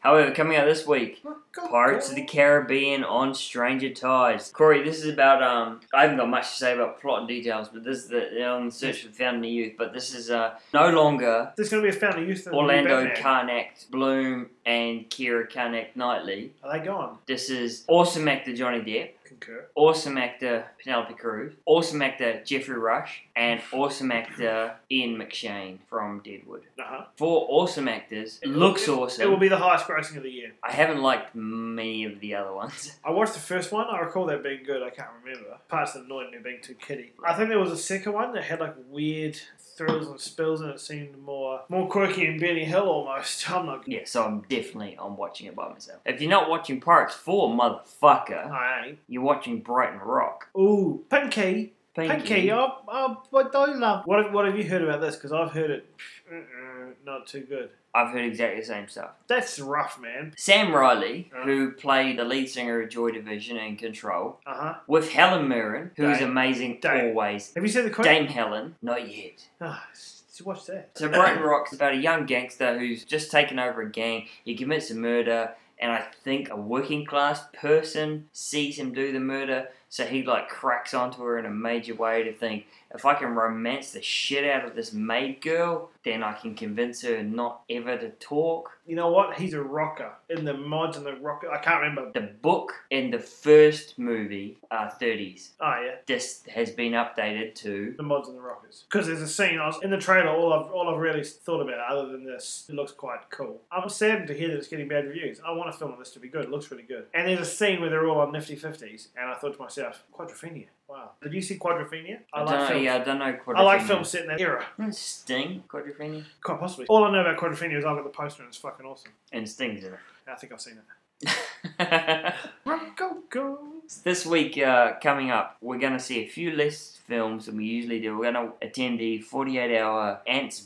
Speaker 2: However, coming out this week, Pirates of the Caribbean on Stranger Tides. Corey, this is about um. I haven't got much to say about plot details, but this is the on the search for found in the youth. But this is uh no longer
Speaker 1: There's going to be a family youth. in the new
Speaker 2: Orlando
Speaker 1: Batman.
Speaker 2: Carnac, Bloom, and Kira Carnac Knightley.
Speaker 1: Are they gone?
Speaker 2: This is awesome actor Johnny Depp,
Speaker 1: Concur.
Speaker 2: awesome actor Penelope Cruz, awesome actor Jeffrey Rush, and awesome actor Ian McShane from Deadwood.
Speaker 1: Uh huh.
Speaker 2: Four awesome actors. Looks awesome.
Speaker 1: It will be the highest grossing of the year.
Speaker 2: I haven't liked many of the other ones.
Speaker 1: I watched the first one. I recall that being good. I can't remember. Parts that annoyed me being too kiddie. I think there was a second one that had like weird thrills and spills, and it seemed more more quirky and Benny Hill almost. I'm not.
Speaker 2: Yeah, so I'm definitely on watching it by myself. If you're not watching Pirates 4, motherfucker,
Speaker 1: I ain't.
Speaker 2: you're watching Brighton Rock.
Speaker 1: Ooh, Pinky.
Speaker 2: Pinky.
Speaker 1: Pinky. I, I, what I love. What have, what have you heard about this? Because I've heard it. uh-uh, Not too good.
Speaker 2: I've heard exactly the same stuff.
Speaker 1: That's rough, man.
Speaker 2: Sam Riley,
Speaker 1: Uh.
Speaker 2: who played the lead singer of Joy Division and Control,
Speaker 1: Uh huh.
Speaker 2: with Helen Mirren, who is
Speaker 1: Dame.
Speaker 2: amazing
Speaker 1: Dame.
Speaker 2: always.
Speaker 1: Have you seen the Queen?
Speaker 2: Dame Helen, not yet.
Speaker 1: Ah, s- watch that.
Speaker 2: So Brighton Rock's about a young gangster who's just taken over a gang. He commits a murder, and I think a working class person sees him do the murder. So he like cracks onto her in a major way to think if I can romance the shit out of this maid girl, then I can convince her not ever to talk.
Speaker 1: You know what? He's a rocker in the mods and the rocker. I can't remember.
Speaker 2: The book and the first movie are 30s.
Speaker 1: Oh yeah,
Speaker 2: This has been updated to
Speaker 1: the mods and the rockers. Because there's a scene I was, in the trailer. All I've all I've really thought about, other than this, it looks quite cool. I'm saddened to hear that it's getting bad reviews. I want a film like this to be good. It looks really good. And there's a scene where they're all on nifty fifties, and I thought to myself, Quadrophenia. Wow. Did you see Quadrophenia? I, like
Speaker 2: don't know,
Speaker 1: films.
Speaker 2: yeah, I don't know.
Speaker 1: I like
Speaker 2: quadrophenia.
Speaker 1: films set in that era.
Speaker 2: Isn't Sting quadrophenia
Speaker 1: Quite possibly. All I know about Quadrophenia is I got the poster and it's fucking awesome.
Speaker 2: and Sting's in
Speaker 1: And I think I've seen it.
Speaker 2: it.
Speaker 1: Rock, Go go.
Speaker 2: This week, uh, coming up, we're going to see a few less films than we usually do. We're going to attend the 48 hour Ants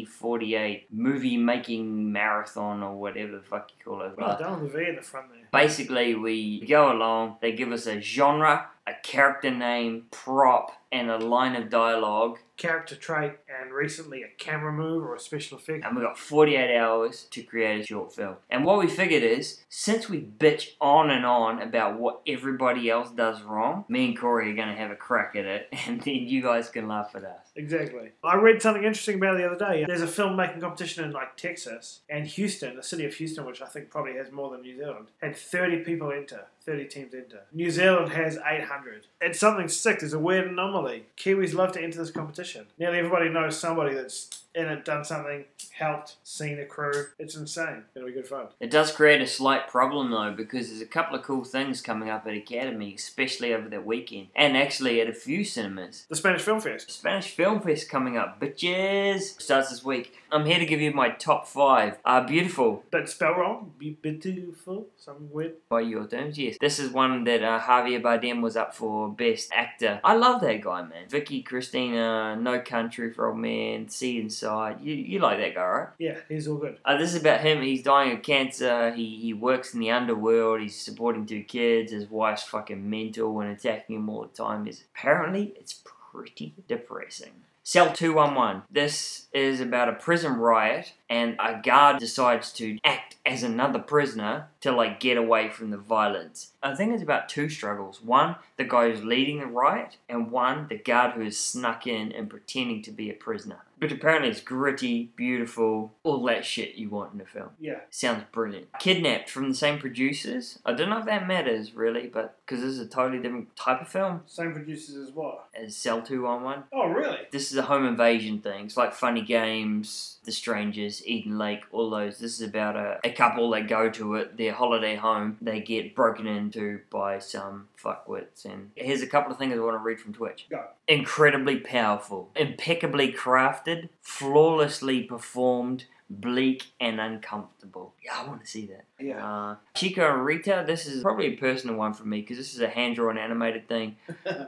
Speaker 2: V48 movie making marathon or whatever the fuck you call it.
Speaker 1: Well done with the V in the front there.
Speaker 2: Basically, we go along, they give us a genre, a character name, prop, and a line of dialogue,
Speaker 1: character trait and recently a camera move or a special effect.
Speaker 2: and we got 48 hours to create a short film. And what we figured is, since we bitch on and on about what everybody else does wrong, me and Corey are going to have a crack at it, and then you guys can laugh at us.
Speaker 1: Exactly. I read something interesting about it the other day. There's a filmmaking competition in like Texas and Houston, the city of Houston, which I think probably has more than New Zealand, had 30 people enter, 30 teams enter. New Zealand has 800. It's something sick. There's a weird anomaly. Kiwis love to enter this competition. Nearly everybody knows somebody that's in it, done something, helped, seen a crew. It's insane. It'll be good fun.
Speaker 2: It does create a slight problem though, because there's a couple of cool things coming up at Academy, especially over the weekend, and actually at a few cinemas.
Speaker 1: The Spanish Film Fest.
Speaker 2: Spanish Film Fest coming up, bitches! Starts this week. I'm here to give you my top five. Are beautiful
Speaker 1: But spell wrong, be beautiful, something weird.
Speaker 2: by your terms, yes. This is one that uh, Javier Bardem was up for best actor. I love that guy, man. Vicky Cristina, No Country for Old Men, See Inside. You you like that guy, right?
Speaker 1: Yeah, he's all good.
Speaker 2: Uh, this is about him. He's dying of cancer. He, he works in the underworld. He's supporting two kids. His wife's fucking mental and attacking him all the time. It's, apparently, it's pretty depressing. Cell 211. This is about a prison riot, and a guard decides to act as another prisoner to like get away from the violence. I think it's about two struggles. One, the guy who's leading the riot, and one, the guard who is snuck in and pretending to be a prisoner. But apparently it's gritty, beautiful, all that shit you want in a film.
Speaker 1: Yeah.
Speaker 2: Sounds brilliant. Kidnapped from the same producers. I don't know if that matters really, but because this is a totally different type of film
Speaker 1: Same producers as what?
Speaker 2: as Cell 211.
Speaker 1: Oh, really?
Speaker 2: This is a home invasion thing. It's like Funny Games, The Strangers, Eden Lake, all those. This is about a, a couple that go to it, their holiday home. They get broken into by some fuckwits. And here's a couple of things I want to read from Twitch.
Speaker 1: Go.
Speaker 2: Incredibly powerful, impeccably crafted, flawlessly performed, bleak and uncomfortable. Yeah, I want to see that.
Speaker 1: Yeah.
Speaker 2: Uh, Chico and Rita, this is probably a personal one for me because this is a hand drawn animated thing.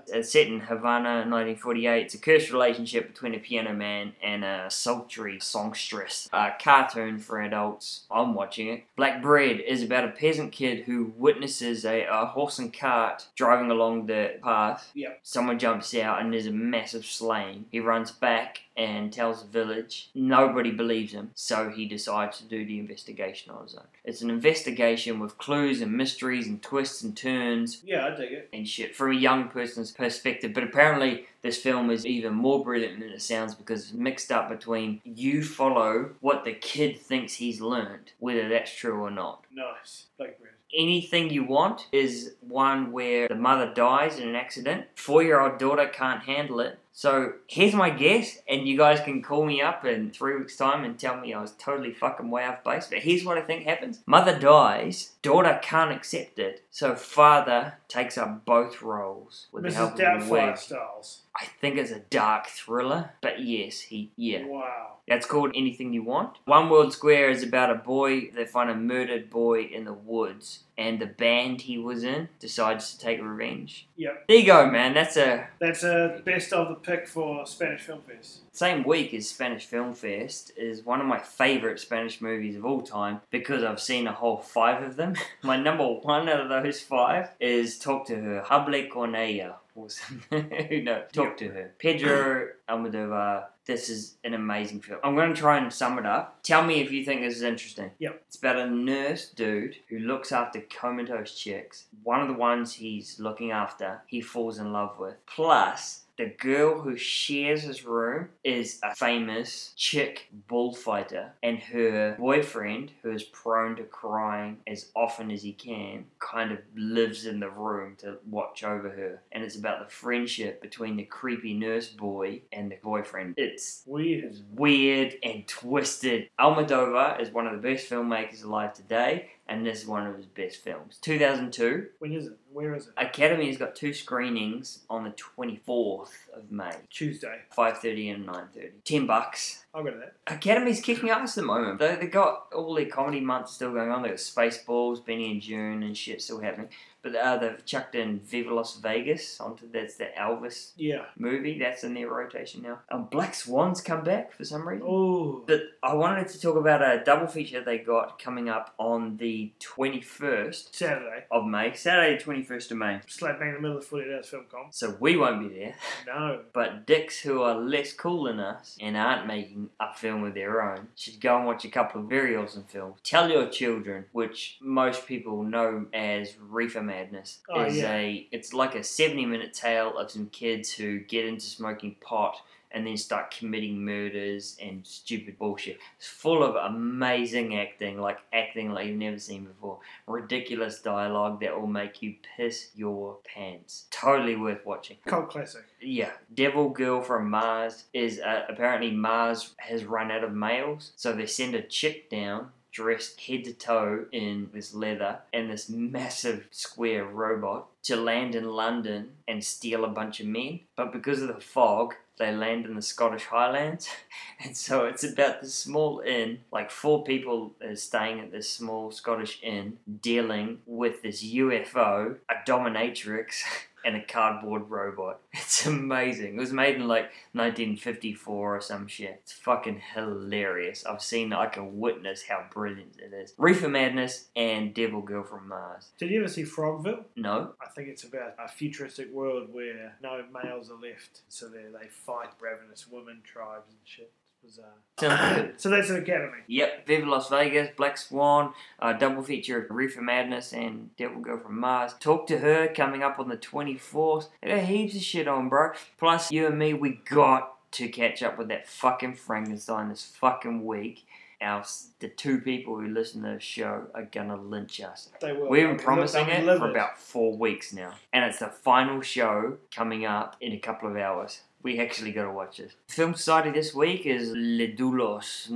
Speaker 2: it's set in Havana in 1948. It's a cursed relationship between a piano man and a sultry songstress. A cartoon for adults. I'm watching it. Black Bread is about a peasant kid who witnesses a, a horse and cart driving along the path.
Speaker 1: Yep.
Speaker 2: Someone jumps out and there's a massive slaying. He runs back and tells the village. Nobody believes him, so he decides to do the investigation on his own. It's an investigation with clues and mysteries and twists and turns
Speaker 1: Yeah, I dig it.
Speaker 2: and shit from a young person's perspective. But apparently, this film is even more brilliant than it sounds because it's mixed up between you follow what the kid thinks he's learned, whether that's true or not.
Speaker 1: Nice. Like bread.
Speaker 2: Anything you want is one where the mother dies in an accident, four year old daughter can't handle it. So here's my guess, and you guys can call me up in three weeks' time and tell me I was totally fucking way off base. But here's what I think happens mother dies, daughter can't accept it, so father takes up both roles with the help
Speaker 1: Mrs.
Speaker 2: of the
Speaker 1: Doubtfire
Speaker 2: wig.
Speaker 1: styles.
Speaker 2: I think it's a dark thriller, but yes, he, yeah.
Speaker 1: Wow.
Speaker 2: That's called Anything You Want. One World Square is about a boy. They find a murdered boy in the woods, and the band he was in decides to take revenge.
Speaker 1: Yep.
Speaker 2: There you go, man. That's a
Speaker 1: That's a best of the pick for Spanish Film Fest.
Speaker 2: same week as Spanish Film Fest is one of my favorite Spanish movies of all time because I've seen a whole five of them. my number one out of those five is Talk to Her, Hable con ella, or something. Who knows? Talk to Her. Pedro Almodovar. This is an amazing film. I'm going to try and sum it up. Tell me if you think this is interesting. It's about a nurse dude who looks after comatose chicks. One of the ones he's looking after, he falls in love with. Plus, the girl who shares his room is a famous chick bullfighter, and her boyfriend, who is prone to crying as often as he can, kind of lives in the room to watch over her. And it's about the friendship between the creepy nurse boy and the boyfriend. It's
Speaker 1: Weird.
Speaker 2: is weird and twisted. Almodovar is one of the best filmmakers alive today, and this is one of his best films. 2002.
Speaker 1: When is it? Where is it?
Speaker 2: Academy has got two screenings on the 24th of May,
Speaker 1: Tuesday.
Speaker 2: 5:30 and 9:30. 10 bucks.
Speaker 1: I'll go to that.
Speaker 2: Academy's kicking ass at the moment. They they got all their comedy months still going on. They got Spaceballs, Benny and June, and shit still happening. But uh, they've chucked in Viva Las Vegas onto that's the Elvis
Speaker 1: Yeah.
Speaker 2: movie that's in their rotation now. Um, Black Swans come back for some reason.
Speaker 1: Oh.
Speaker 2: But I wanted to talk about a double feature they got coming up on the 21st
Speaker 1: Saturday.
Speaker 2: of May, Saturday, 21st of May.
Speaker 1: Slap bang in the middle of 48 hours film comp.
Speaker 2: So we won't be there.
Speaker 1: No.
Speaker 2: But dicks who are less cool than us and aren't making a film of their own should go and watch a couple of very awesome films. Tell Your Children, which most people know as Reefer Madness,
Speaker 1: Oh,
Speaker 2: is
Speaker 1: yeah.
Speaker 2: a it's like a 70 minute tale of some kids who get into smoking pot and then start committing murders and stupid bullshit. It's full of amazing acting, like acting like you've never seen before. Ridiculous dialogue that will make you piss your pants. Totally worth watching.
Speaker 1: Cult classic.
Speaker 2: Yeah, Devil Girl from Mars is uh, apparently Mars has run out of males, so they send a chick down dressed head to toe in this leather and this massive square robot to land in London and steal a bunch of men. But because of the fog, they land in the Scottish Highlands, and so it's about this small inn. Like four people are staying at this small Scottish inn, dealing with this UFO, a dominatrix, and a cardboard robot. It's amazing. It was made in like 1954 or some shit. It's fucking hilarious. I've seen, I can witness how brilliant it is. Reefer Madness and Devil Girl from Mars.
Speaker 1: Did you ever see Frogville?
Speaker 2: No?
Speaker 1: I think it's about a futuristic world where no males are left, so they they fight ravenous women tribes and shit. It's
Speaker 2: Sounds
Speaker 1: bizarre.
Speaker 2: good.
Speaker 1: so that's an academy.
Speaker 2: Yep, Viva Las Vegas, Black Swan, uh, double feature of Reefer Madness and Devil Girl from Mars. Talk to her coming up on the 24th. They got heaps of shit on, bro. Plus, you and me, we got to catch up with that fucking Frankenstein this fucking week. Else, the two people who listen to the show are gonna lynch us.
Speaker 1: They were.
Speaker 2: We've been promising
Speaker 1: I'm
Speaker 2: it for
Speaker 1: livid.
Speaker 2: about four weeks now, and it's the final show coming up in a couple of hours. We actually got to watch it. Film Society this week is Le Doulos,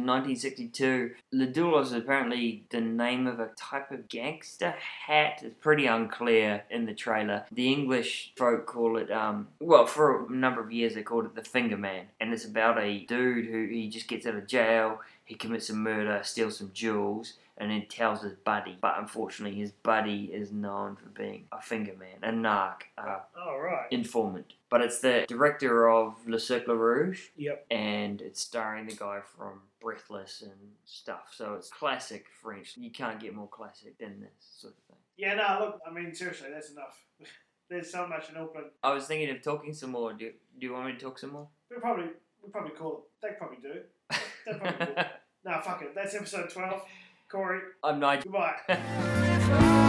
Speaker 2: 1962. Le Doulos is apparently the name of a type of gangster hat. It's pretty unclear in the trailer. The English folk call it, um, well, for a number of years they called it the Finger Man, and it's about a dude who he just gets out of jail. He commits a murder, steals some jewels, and then tells his buddy. But unfortunately, his buddy is known for being a finger man, a narc, a
Speaker 1: All Oh, right.
Speaker 2: informant. But it's the director of Le Cercle Rouge,
Speaker 1: Yep.
Speaker 2: and it's starring the guy from Breathless and stuff. So it's classic French. You can't get more classic than this sort of thing.
Speaker 1: Yeah. No. Look. I mean, seriously, that's enough. There's so much in Auckland.
Speaker 2: I was thinking of talking some more. Do, do you want me to talk some more?
Speaker 1: We probably we probably call. it. They probably do. They probably will. no. Fuck it. That's episode twelve. Corey.
Speaker 2: I'm Nigel.
Speaker 1: Goodbye.